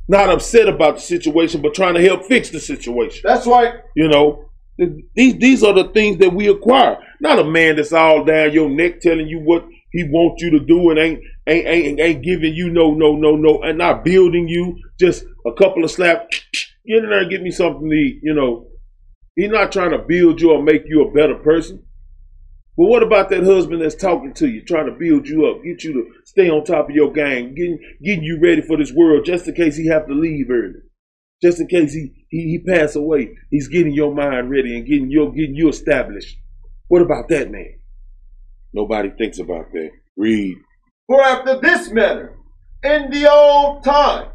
not upset about the situation, but trying to help fix the situation.
That's right.
You know, Th- these these are the things that we acquire. Not a man that's all down your neck telling you what he wants you to do and ain't ain't ain't, ain't giving you no no no no and not building you just a couple of slaps. Get in there and get me something to eat. You know, he's not trying to build you or make you a better person. But what about that husband that's talking to you, trying to build you up, get you to stay on top of your game, getting getting you ready for this world, just in case he have to leave early, just in case he he, he pass away. He's getting your mind ready and getting your getting you established. What about that man? Nobody thinks about that. Read.
For after this manner, in the old time,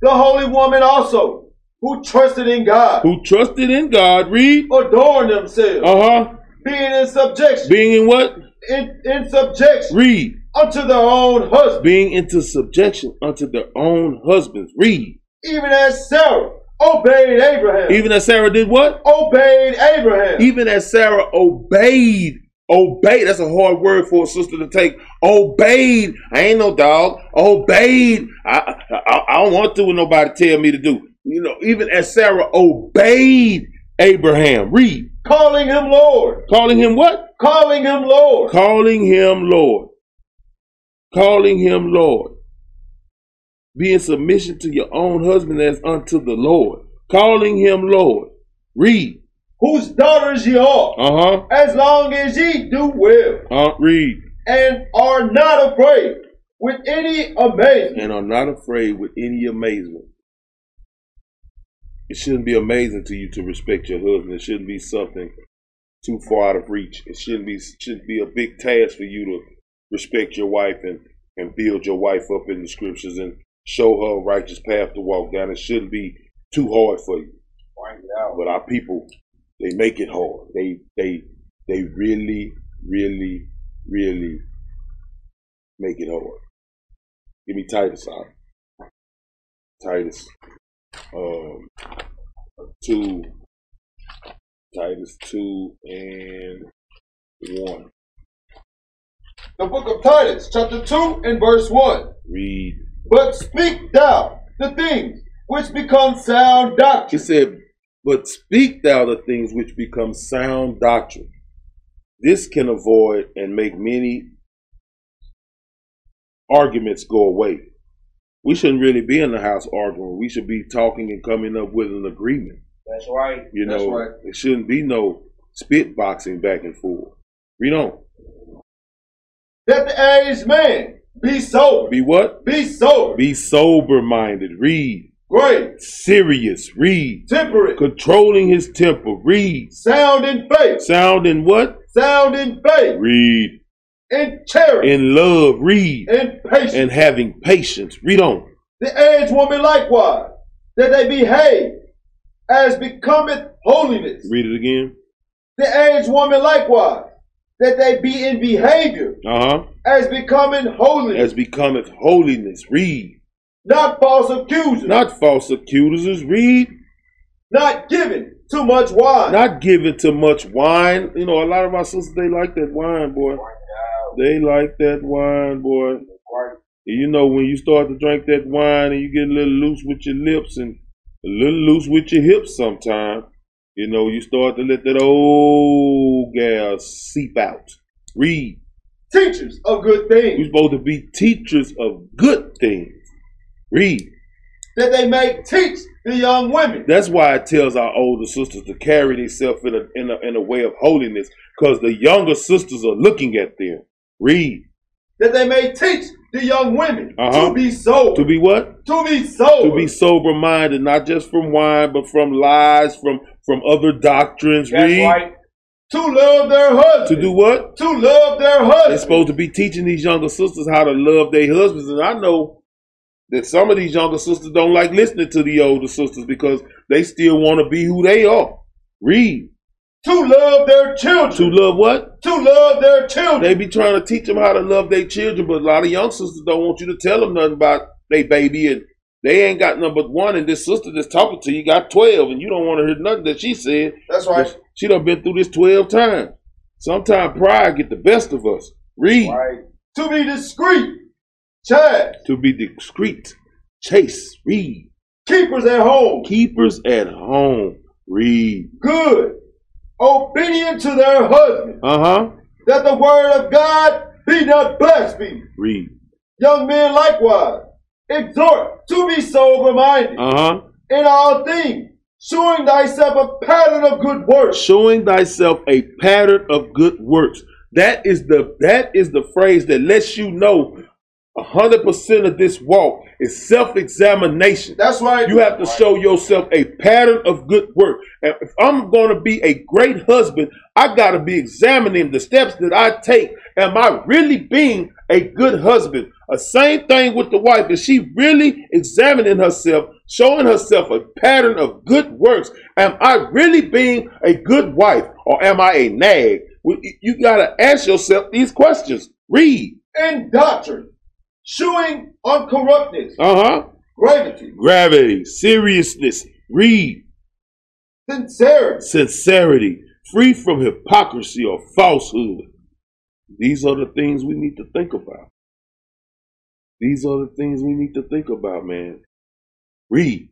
the holy woman also, who trusted in God,
Who trusted in God? Read.
adorned themselves,
Uh huh.
being in subjection,
Being in what?
in, in subjection
Read.
unto their own husband,
Being into subjection unto their own husbands. Read.
even as Sarah obeyed Abraham,
Even as Sarah did what?
obeyed Abraham.
even as Sarah obeyed, obeyed, that's a hard word for a sister to take. Obeyed. I ain't no dog. Obeyed. I, I, I don't want to do what nobody tell me to do. You know, even as Sarah obeyed Abraham. Read.
calling him Lord,
Calling him what?
calling him Lord,
Calling him Lord. Calling him Lord. Be in submission to your own husband as unto the Lord. Calling him Lord. Read.
whose daughters ye are,
Uh-huh.
as long as ye do well,
Uh, read.
and are not afraid with any amazement.
and are not afraid with any amazement. It shouldn't be amazing to you to respect your husband. It shouldn't be something too far out of reach. It shouldn't be shouldn't be a big task for you to respect your wife and and build your wife up in the scriptures and show her a righteous path to walk down. It shouldn't be too hard for you.
Wipe it out.
But our people, they make it hard. They they they really, really, really make it hard. Give me Titus out. Titus um two Titus two and one.
The book of Titus, chapter 2, and verse 1.
Read.
But speak thou the things which become sound
He
doctrine,
said, But speak thou the things which become sound doctrine. This can avoid and make many arguments go away. We shouldn't really be in the house arguing. We should be talking and coming up with an agreement.
That's right.
You
That's
know,
right.
it shouldn't be no spit boxing back and forth. You know,
that the aged man be sober,
be what?
be sober,
Be sober minded. Read.
great,
Serious. Read.
temperate,
Controlling his temper. Read.
sound in faith,
Sound in what?
sound in faith,
Read.
in charity,
in love, read,
in patience.
and having patience. Read on.
the aged woman likewise, that they behave as becometh holiness.
Read it again.
The aged woman likewise, that they be in behavior
Uh huh.
as becoming holiness.
As becometh holiness. Read.
not false accusers, not,
Not false accusers. Read.
giving too much wine,
Not giving to much wine. You know, a lot of our sisters they like that wine, boy.
Wipe it out.
They like that wine, boy.
Wipe
You know, when you start to drink that wine and you get a little loose with your lips and a little loose with your hips sometime, you know, you start to let that old gas seep out. Read.
teachers of good
We're
things,
supposed to be teachers of good things. Read.
that they may teach the young women,
That's why it tells our older sisters to carry themselves in a, in, a, in a way of holiness because the younger sisters are looking at them. Read.
that they may teach the young women
Uh-huh.
to be sober,
To be what?
to be sober,
to be sober minded, not just from wine, but from lies, from from other doctrines.
That's
Read
right.
to love their husbands,
to do what?
to love their
They're
husbands,
supposed to be teaching these younger sisters how to love their husbands, and I know that some of these younger sisters don't like listening to the older sisters because they still want to be who they are. Read
to love their children,
to love what?
to love their children,
They be trying to teach them how to love their children, but a lot of young sisters don't want you to tell them nothing about they baby, and they ain't got number one. And this sister that's talking to you got twelve, and you don't want to hear nothing that she said.
that's right,
She done been through this 12 times. Sometimes pride get the best of us. Read.
Right.
to be discreet, chaste,
To be discreet. Chase. Read.
keepers at home,
Keepers at home. Read.
good, obedient to their husbands.
Uh huh.
that the word of God be not blasphemed.
Read.
Young men likewise exhort to be sober minded
Uh huh.
in all things, showing thyself a pattern of good works.
Showing thyself a pattern of good works. That is the that is the phrase that lets you know hundred percent of this walk is self-examination.
That's right.
You have to show yourself a pattern of good work. And if I'm going to be a great husband, I got to be examining the steps that I take. Am I really being a good husband? A same thing with the wife. Is she really examining herself, showing herself a pattern of good works? Am I really being a good wife or am I a nag? Well, you- You got to ask yourself these questions. Read.
in doctrine, shewing uncorruptness,
Uh huh.
gravity,
Gravity, seriousness. Read.
sincerity,
sincerity, free from hypocrisy or falsehood. These are the things we need to think about. These are the things we need to think about, man. Read.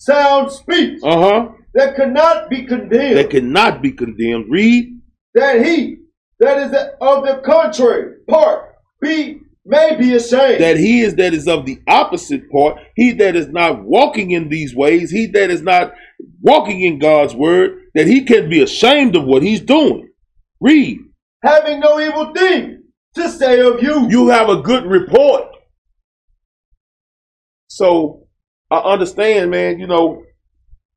sound speech
Uh huh.
that cannot be condemned,
That cannot be condemned. Read.
that he that is of the contrary part be may be ashamed.
That he is that is of the opposite part. He that is not walking in these ways. He that is not walking in God's word. That he can be ashamed of what he's doing. Read.
having no evil thing to say of you.
you have a good report. So I understand, man. You know,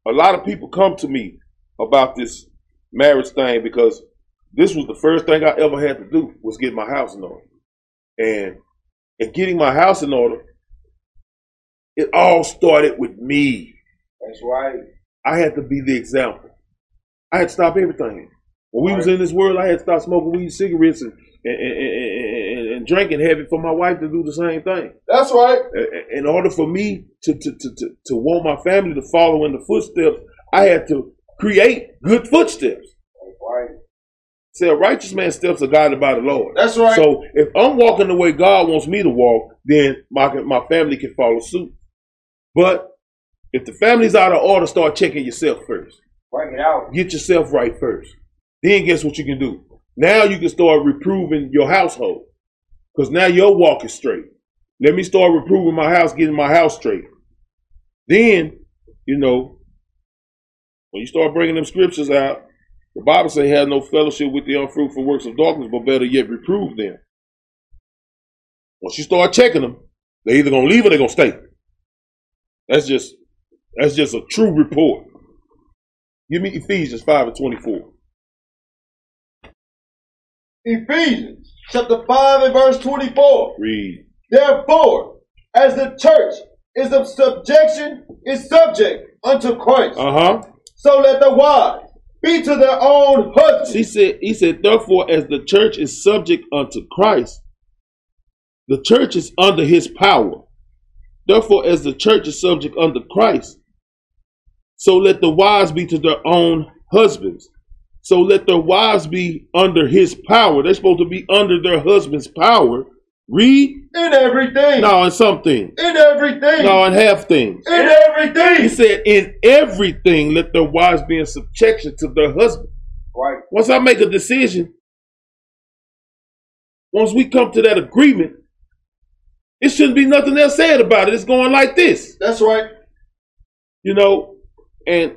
a lot of people come to me about this marriage thing because this was the first thing I ever had to do was get my house in order, and and getting my house in order, it all started with me.
That's right.
I had to be the example. I had to stop everything. When we was in this world, I had to stop smoking weed, cigarettes, and and, and, and, and- and drinking heavy for my wife to do the same thing.
That's right.
I- In order for me to to, to, to to want my family to follow in the footsteps, I had to create good footsteps.
That's right.
Say a righteous man's steps are guided by the Lord.
That's right.
So if I'm walking the way God wants me to walk, then my my family can follow suit. But if the family's out of order, start checking yourself first
Wipe it out.
get yourself right first. Then guess what you can do? Now you can start reproving your household. Because now your walk is straight. Let me start reproving my house, getting my house straight. Then, you know, when you start bringing them scriptures out, the Bible say, have no fellowship with the unfruitful works of darkness, but better yet, reprove them. Once you start checking them, they either gonna leave or they're gonna stay. That's just that's just a true report. Give me Ephesians 5 and 24.
Ephesians chapter 5 and verse 24.
Read.
Therefore, as the church is of subjection, is subject unto Christ,
Uh huh.
so let the wives be to their own husbands.
He said, he said, therefore, as the church is subject unto Christ, the church is under his power. Therefore, as the church is subject unto Christ, so let the wives be to their own husbands. So let their wives be under his power. They're supposed to be under their husband's power. Read?
In everything.
No, in something.
In everything.
No, in half things.
In
He
everything.
said, in everything, let their wives be in subjection to their husband.
Right.
Once I make a decision, once we come to that agreement, it shouldn't be nothing else said about it. It's going like this,
That's right.
you know, and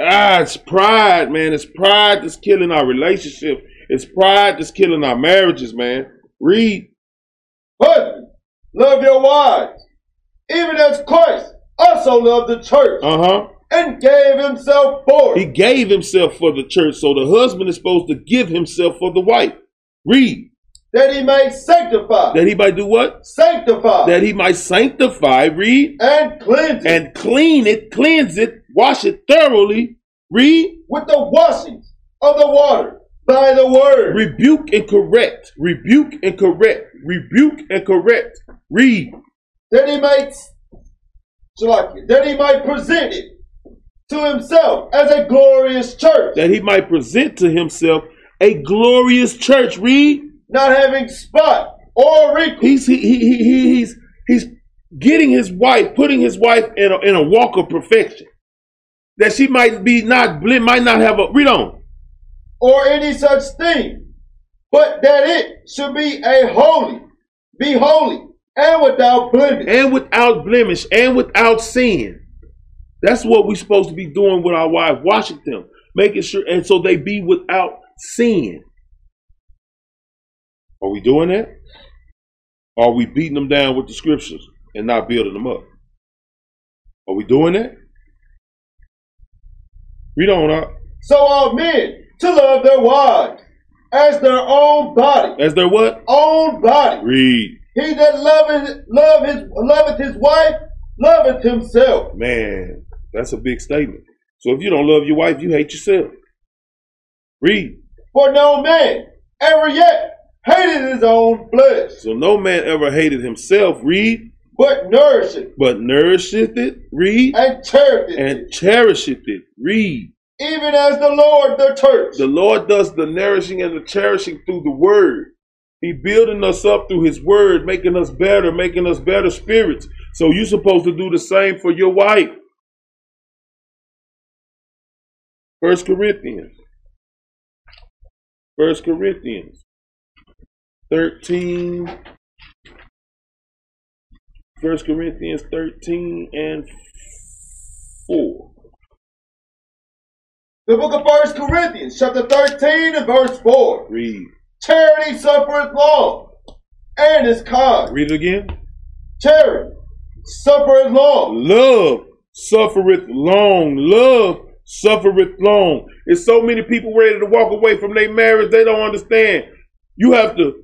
ah, it's pride, man. It's pride that's killing our relationship. It's pride that's killing our marriages, man. Read,
Husband, love your wives, even as Christ also loved the church
uh huh.
and gave himself for
He
it.
gave himself for the church, so the husband is supposed to give himself for the wife. Read
that he may sanctify,
that he might do what?
sanctify,
That he might sanctify. Read.
and cleanse it
and clean it, cleanse it, wash it thoroughly, read,
with the washing of the water by the word.
rebuke and correct, rebuke and correct, rebuke and correct, read,
that he might so like, that he might present it to himself as a glorious church,
that he might present to himself a glorious church. Read,
not having spot or wrinkle,
he's he, he, he, he- he's he's getting his wife, putting his wife in a, in a walk of perfection, that she might be not blem, might not have a read on.
or any such thing, but that it should be a holy, be holy, and without blemish.
and without blemish and without sin. That's what we're supposed to be doing with our wives, washing them, making sure, and so they be without sin. Are we doing that? Are we beating them down with the scriptures and not building them up? Are we doing that? We don't. Uh,
So all men to love their wives as their own body,
as their what?
own body.
Read,
He that loveth love his loveth his wife loveth himself.
man. That's a big statement. So if you don't love your wife, you hate yourself. Read.
For no man ever yet hated his own flesh,
So no man ever hated himself. Read,
but nourisheth
but nourisheth it. Read
and cherisheth
and
it,
cherisheth it. Read.
even as the Lord the church.
The Lord does the nourishing and the cherishing through the word. He building us up through his word, making us better, making us better spirits. So you're supposed to do the same for your wife. First Corinthians. First Corinthians. 13. First Corinthians 13 and 4.
The book of First Corinthians, chapter 13 and verse 4.
Read.
Charity suffereth long and is kind.
Read it again.
Charity suffereth long.
Love suffereth long. Love suffereth long. It's so many people ready to walk away from their marriage, they don't understand. You have to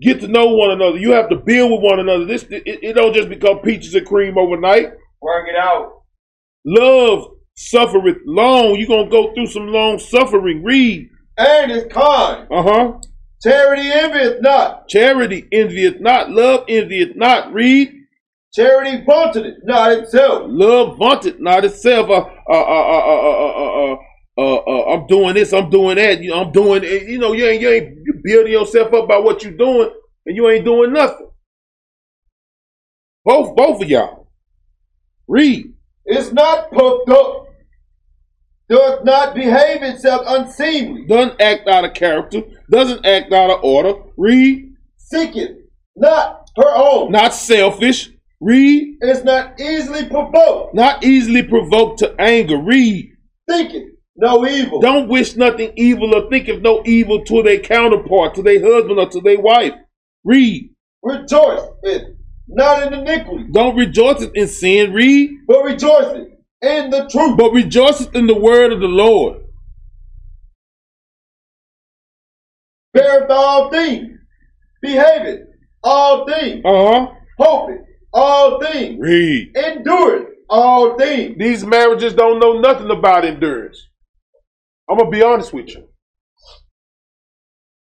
get to know one another. You have to build with one another. This it, it don't just become peaches and cream overnight.
Work it out.
Love suffereth long. You're gonna go through some long suffering. Read.
And is kind.
Uh-huh.
Charity envieth not.
Charity envieth not. Love envieth not. Read.
Charity vaunteth not itself.
Love vaunted not itself. Uh, uh, uh, uh, uh, uh, uh, uh, uh, I'm doing this. I'm doing that. You know, I'm doing. it. You know, you ain't you ain't you building yourself up by what you're doing, and you ain't doing nothing. Both both of y'all. Read.
Is not puffed up. Doth not behave itself unseemly.
Doesn't act out of character. Doesn't act out of order. Read.
seeketh not her own,
Not selfish. Read.
is not easily provoked,
Not easily provoked to anger. Read.
thinketh no evil,
Don't wish nothing evil or think of no evil to their counterpart, to their husband or to their wife. Read.
rejoiceth not in iniquity,
Don't rejoice in sin, read,
but rejoiceth in the truth.
but rejoice in the word of the Lord.
Beareth all things, behaveth all things,
Uh huh.
hopeth all things,
Read.
endureth all things.
These marriages don't know nothing about endurance. I'm gonna be honest with you.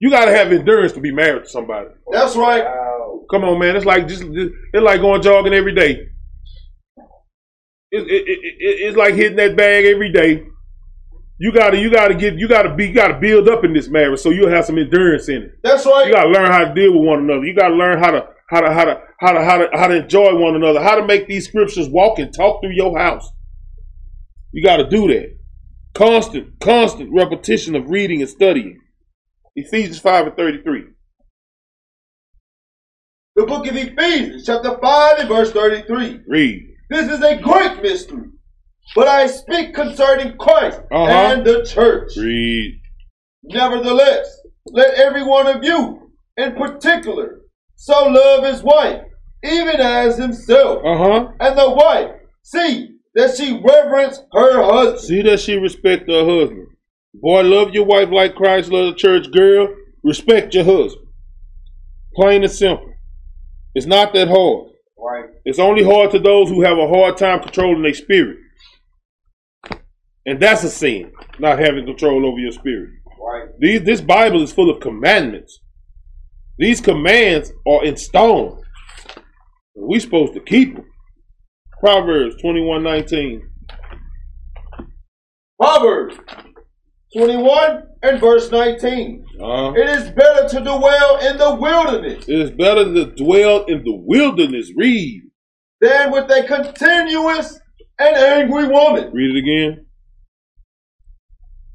You gotta have endurance to be married to somebody.
That's right.
Wow.
Come on, man. It's like just, just- it's like going jogging every day. It, it, it, it- it's like hitting that bag every day. You gotta you gotta get you gotta be you gotta build up in this marriage so you'll have some endurance in it.
That's
You
right.
gotta learn how to deal with one another. You gotta learn how to how to how to how to how to how to enjoy one another. How to make these scriptures walk and talk through your house. You gotta do that. Constant, constant repetition of reading and studying. Ephesians five and thirty three.
The book of Ephesians, chapter 5 and verse 33.
Read.
This is a great mystery, but I speak concerning Christ
Uh-huh.
and the church.
Read.
Nevertheless, let every one of you, in particular, so love his wife, even as himself.
Uh huh.
And the wife, see that she reverence her husband.
See that she respect her husband. Boy, love your wife like Christ loved the church. Girl, respect your husband. Plain and simple. It's not that hard.
Right.
It's only hard to those who have a hard time controlling their spirit. And that's a sin, not having control over your spirit.
Right.
These, this Bible is full of commandments. These commands are in stone. We're supposed to keep them. Proverbs twenty-one nineteen.
Proverbs 21 and verse 19.
Uh-huh.
It is better to dwell in the wilderness
It is better to dwell in the wilderness. Read.
than with a continuous and angry woman.
Read it again.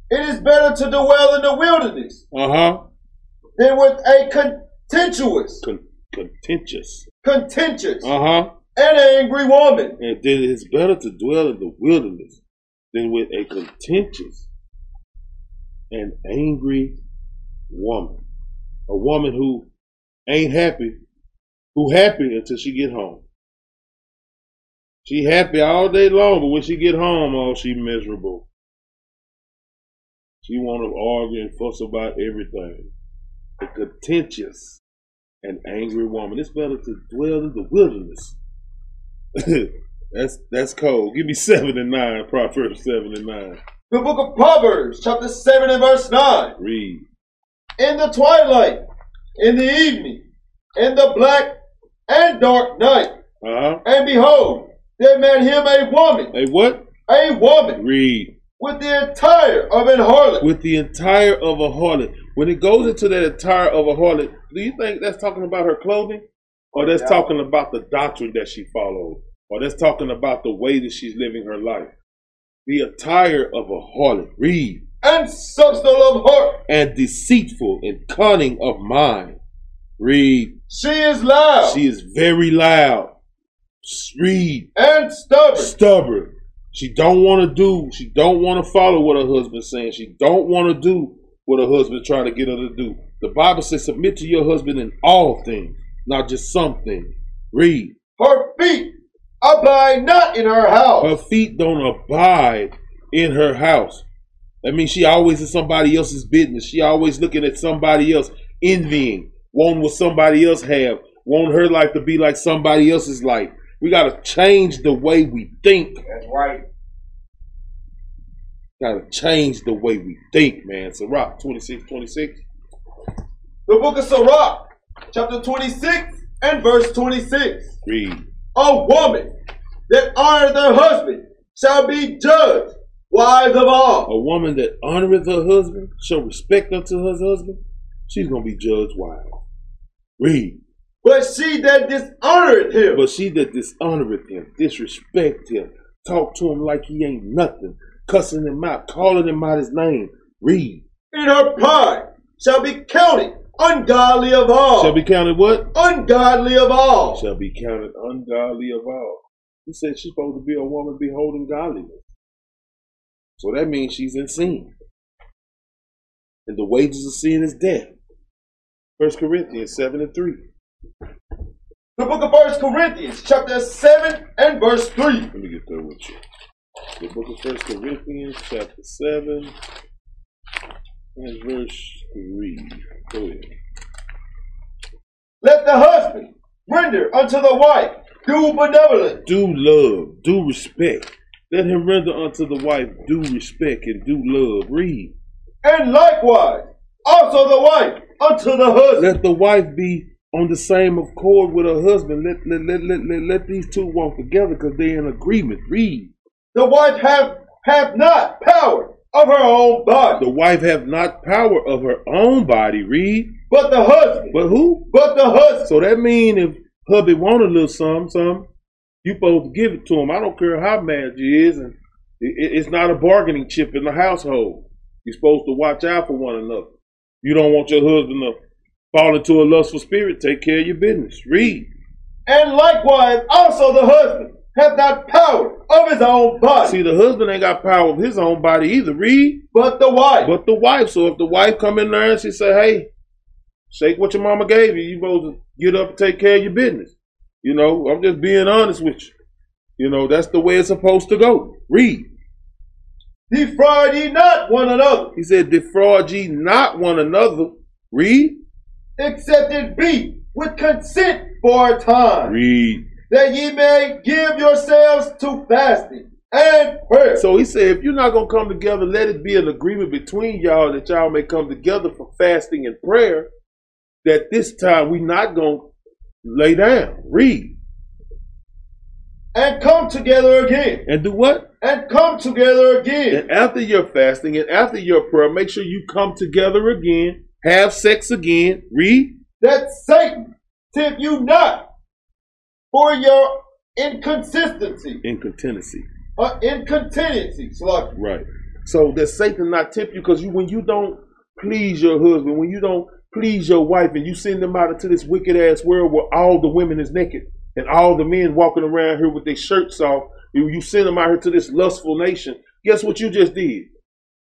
It is better to dwell in the wilderness
Uh huh.
than with a contentious,
Con- contentious.
contentious,
Uh huh.
and angry woman.
And then it is better to dwell in the wilderness than with a contentious and angry woman. A woman who ain't happy, who happy until she get home. She happy all day long, but when she get home, oh, she miserable. She want to argue and fuss about everything. A contentious and angry woman. It's better to dwell in the wilderness that's that's cold. Give me seven and nine. Proverbs seven and nine.
The book of Proverbs, chapter 7 and verse 9.
Read.
In the twilight, in the evening, in the black and dark night,
Uh huh.
and behold, there met him a woman,
Hey, what?
a woman
Read.
with the attire of an harlot.
With the entire of a harlot. When it goes into that entire of a harlot, do you think that's talking about her clothing, or that's
Yeah.
talking about the doctrine that she followed, or that's talking about the way that she's living her life? The attire of a harlot. Read.
and substance of heart.
And deceitful and cunning of mind. Read.
She is loud
She is very loud. Read.
and stubborn.
stubborn. She don't want to do. She don't want to follow what her husband's saying. She don't want to do what her husband trying to get her to do. The Bible says, "Submit to your husband in all things, not just something." Read.
Her feet abide not in her
Her
house.
feet don't abide in her house. That means she always in somebody else's business. She always looking at somebody else, envying, wanting what somebody else have, wanting her life to be like somebody else's life. We gotta change the way we think.
That's right.
Gotta change the way we think, man. So Rock 26, 26.
The book of Sirach, chapter 26 and verse 26.
Read.
A woman that honoreth her husband shall be judged wise of all.
A woman that honoreth her husband shall respect unto her husband. She's gonna be judged wise. Read.
But she that dishonoreth him
But she that dishonoreth him, disrespect him, talk to him like he ain't nothing, cussing him out, calling him out his name. Read.
in her pride shall be counted ungodly of all.
Shall be counted what?
ungodly of all.
Shall be counted ungodly of all. He said she's supposed to be a woman beholding godliness. So that means she's in sin. And the wages of sin is death. First Corinthians 7 and 3.
The book of First Corinthians, chapter 7 and verse 3.
Let me get there with you. The book of First Corinthians, chapter 7, and verse 3. Go ahead.
Let the husband render unto the wife due benevolence,
Do love, do respect. Let him render unto the wife due respect and due love. Read.
and likewise also the wife unto the husband.
Let the wife be on the same accord with her husband. Let let let let, let, let these two walk together because they're in agreement. Read.
The wife have have not power of her own body,
The wife have not power of her own body. Read.
but the husband,
But who?
but the husband.
So that mean if hubby want a little some, some, you supposed to give it to him. I don't care how mad you is, and it, it- it's not a bargaining chip in the household. You're supposed to watch out for one another. You don't want your husband to fall into a lustful spirit. Take care of your business. Read.
And likewise, also the husband hath not power of his own body,
See, the husband ain't got power of his own body either. Read.
but the wife.
But the wife. So if the wife come in there and she say, "Hey, shake what your mama gave you," you supposed to get up and take care of your business. You know, I'm just being honest with you. You know, that's the way it's supposed to go. Read.
defraud ye not one another,
He said, "Defraud ye not one another." Read.
except it be with consent for a time,
Read.
that ye may give yourselves to fasting and prayer.
So he said, if you're not gonna come together, let it be an agreement between y'all that y'all may come together for fasting and prayer. That this time we not gonna lay down. Read
and come together again,
and do what?
and come together again,
And after your fasting and after your prayer, make sure you come together again, have sex again, read.
that Satan tempt you not for your inconsistency,
In continency.
uh, incontinency, slug.
Right. So that Satan not tempt you because you when you don't please your husband, when you don't please your wife and you send them out into this wicked ass world where all the women is naked and all the men walking around here with their shirts off, you, you send them out here to this lustful nation. Guess what you just did?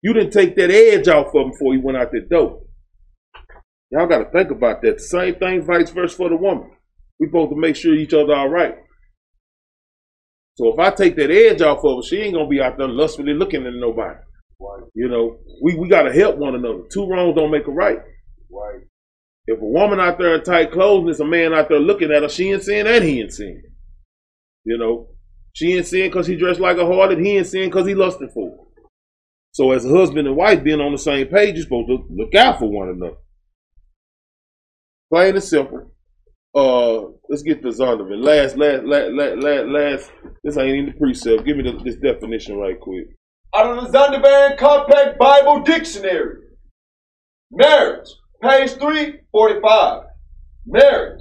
You didn't take that edge off of them before you went out that door. Y'all got to think about that. Same thing, vice versa for the woman. We both to make sure each other all right. So if I take that edge off of her, she ain't gonna be out there lustfully looking at nobody. You know, we, we gotta help one another. Two wrongs don't make a right.
Right.
If a woman out there in tight clothes and there's a man out there looking at her, she ain't sin and he ain't sin. You know, she ain't sin because he dressed like a harlot, he ain't sin because he lusting for her. So as a husband and wife being on the same page, you're supposed to look out for one another. Plain and simple. Uh, let's get this out of it. Last, last, last, last, last, last. This ain't even the precept. Give me the, this definition right quick.
Out of the Zondervan Compact Bible Dictionary. Marriage, page 345. Marriage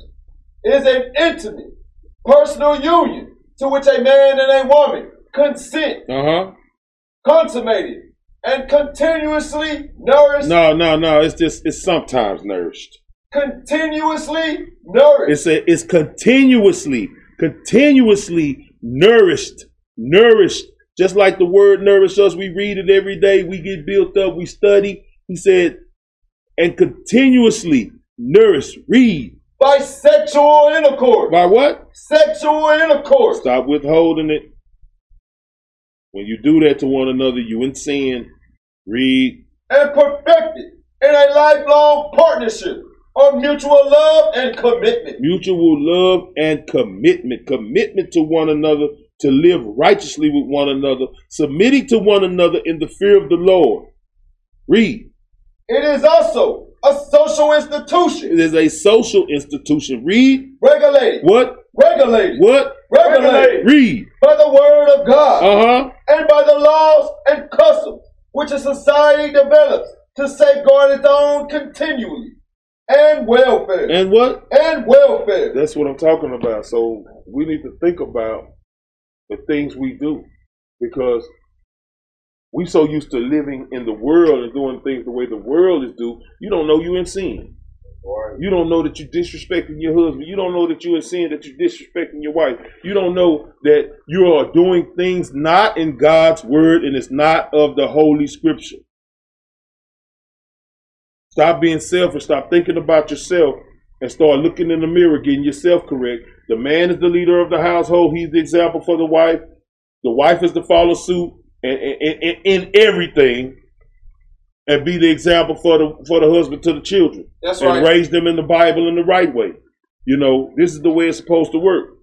is an intimate, personal union to which a man and a woman consent,
Uh huh.
consummated, and continuously nourished.
No, no, no. It's just it's sometimes nourished.
Continuously nourished.
It's a, it's continuously, continuously nourished, nourished. Just like the word nourish us, we read it every day. We get built up. We study. He said, and continuously nourished. Read
by sexual intercourse.
by what?
Sexual intercourse.
Stop withholding it. When you do that to one another, you in sin. Read.
and perfected in a lifelong partnership of mutual love and commitment.
mutual love and commitment commitment to one another to live righteously with one another submitting to one another in the fear of the lord read
It is also a social
it
institution
is a social institution read
regulated,
what
regulated,
what
regulated
read
by the word of God
uh-huh
and by the laws and customs which a society develops to safeguard its own continually and welfare
and what
and welfare.
that's what i'm talking about so we need to think about the things we do because we so used to living in the world and doing things the way the world is do you don't know you in sin
Right.
You don't know that you're disrespecting your husband. You don't know that you're sin that you're disrespecting your wife. You don't know that you are doing things not in God's word and it's not of the Holy Scripture. Stop being selfish. Stop thinking about yourself and start looking in the mirror, getting yourself correct. The man is the leader of the household. He's the example for the wife. The wife is to follow suit and, and, and- in everything and be the example for the for the husband to the children
That's
and raise them in the Bible in the right way. You know, this is the way it's supposed to work.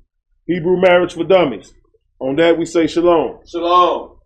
Hebrew marriage for dummies. On that we say shalom.
Shalom.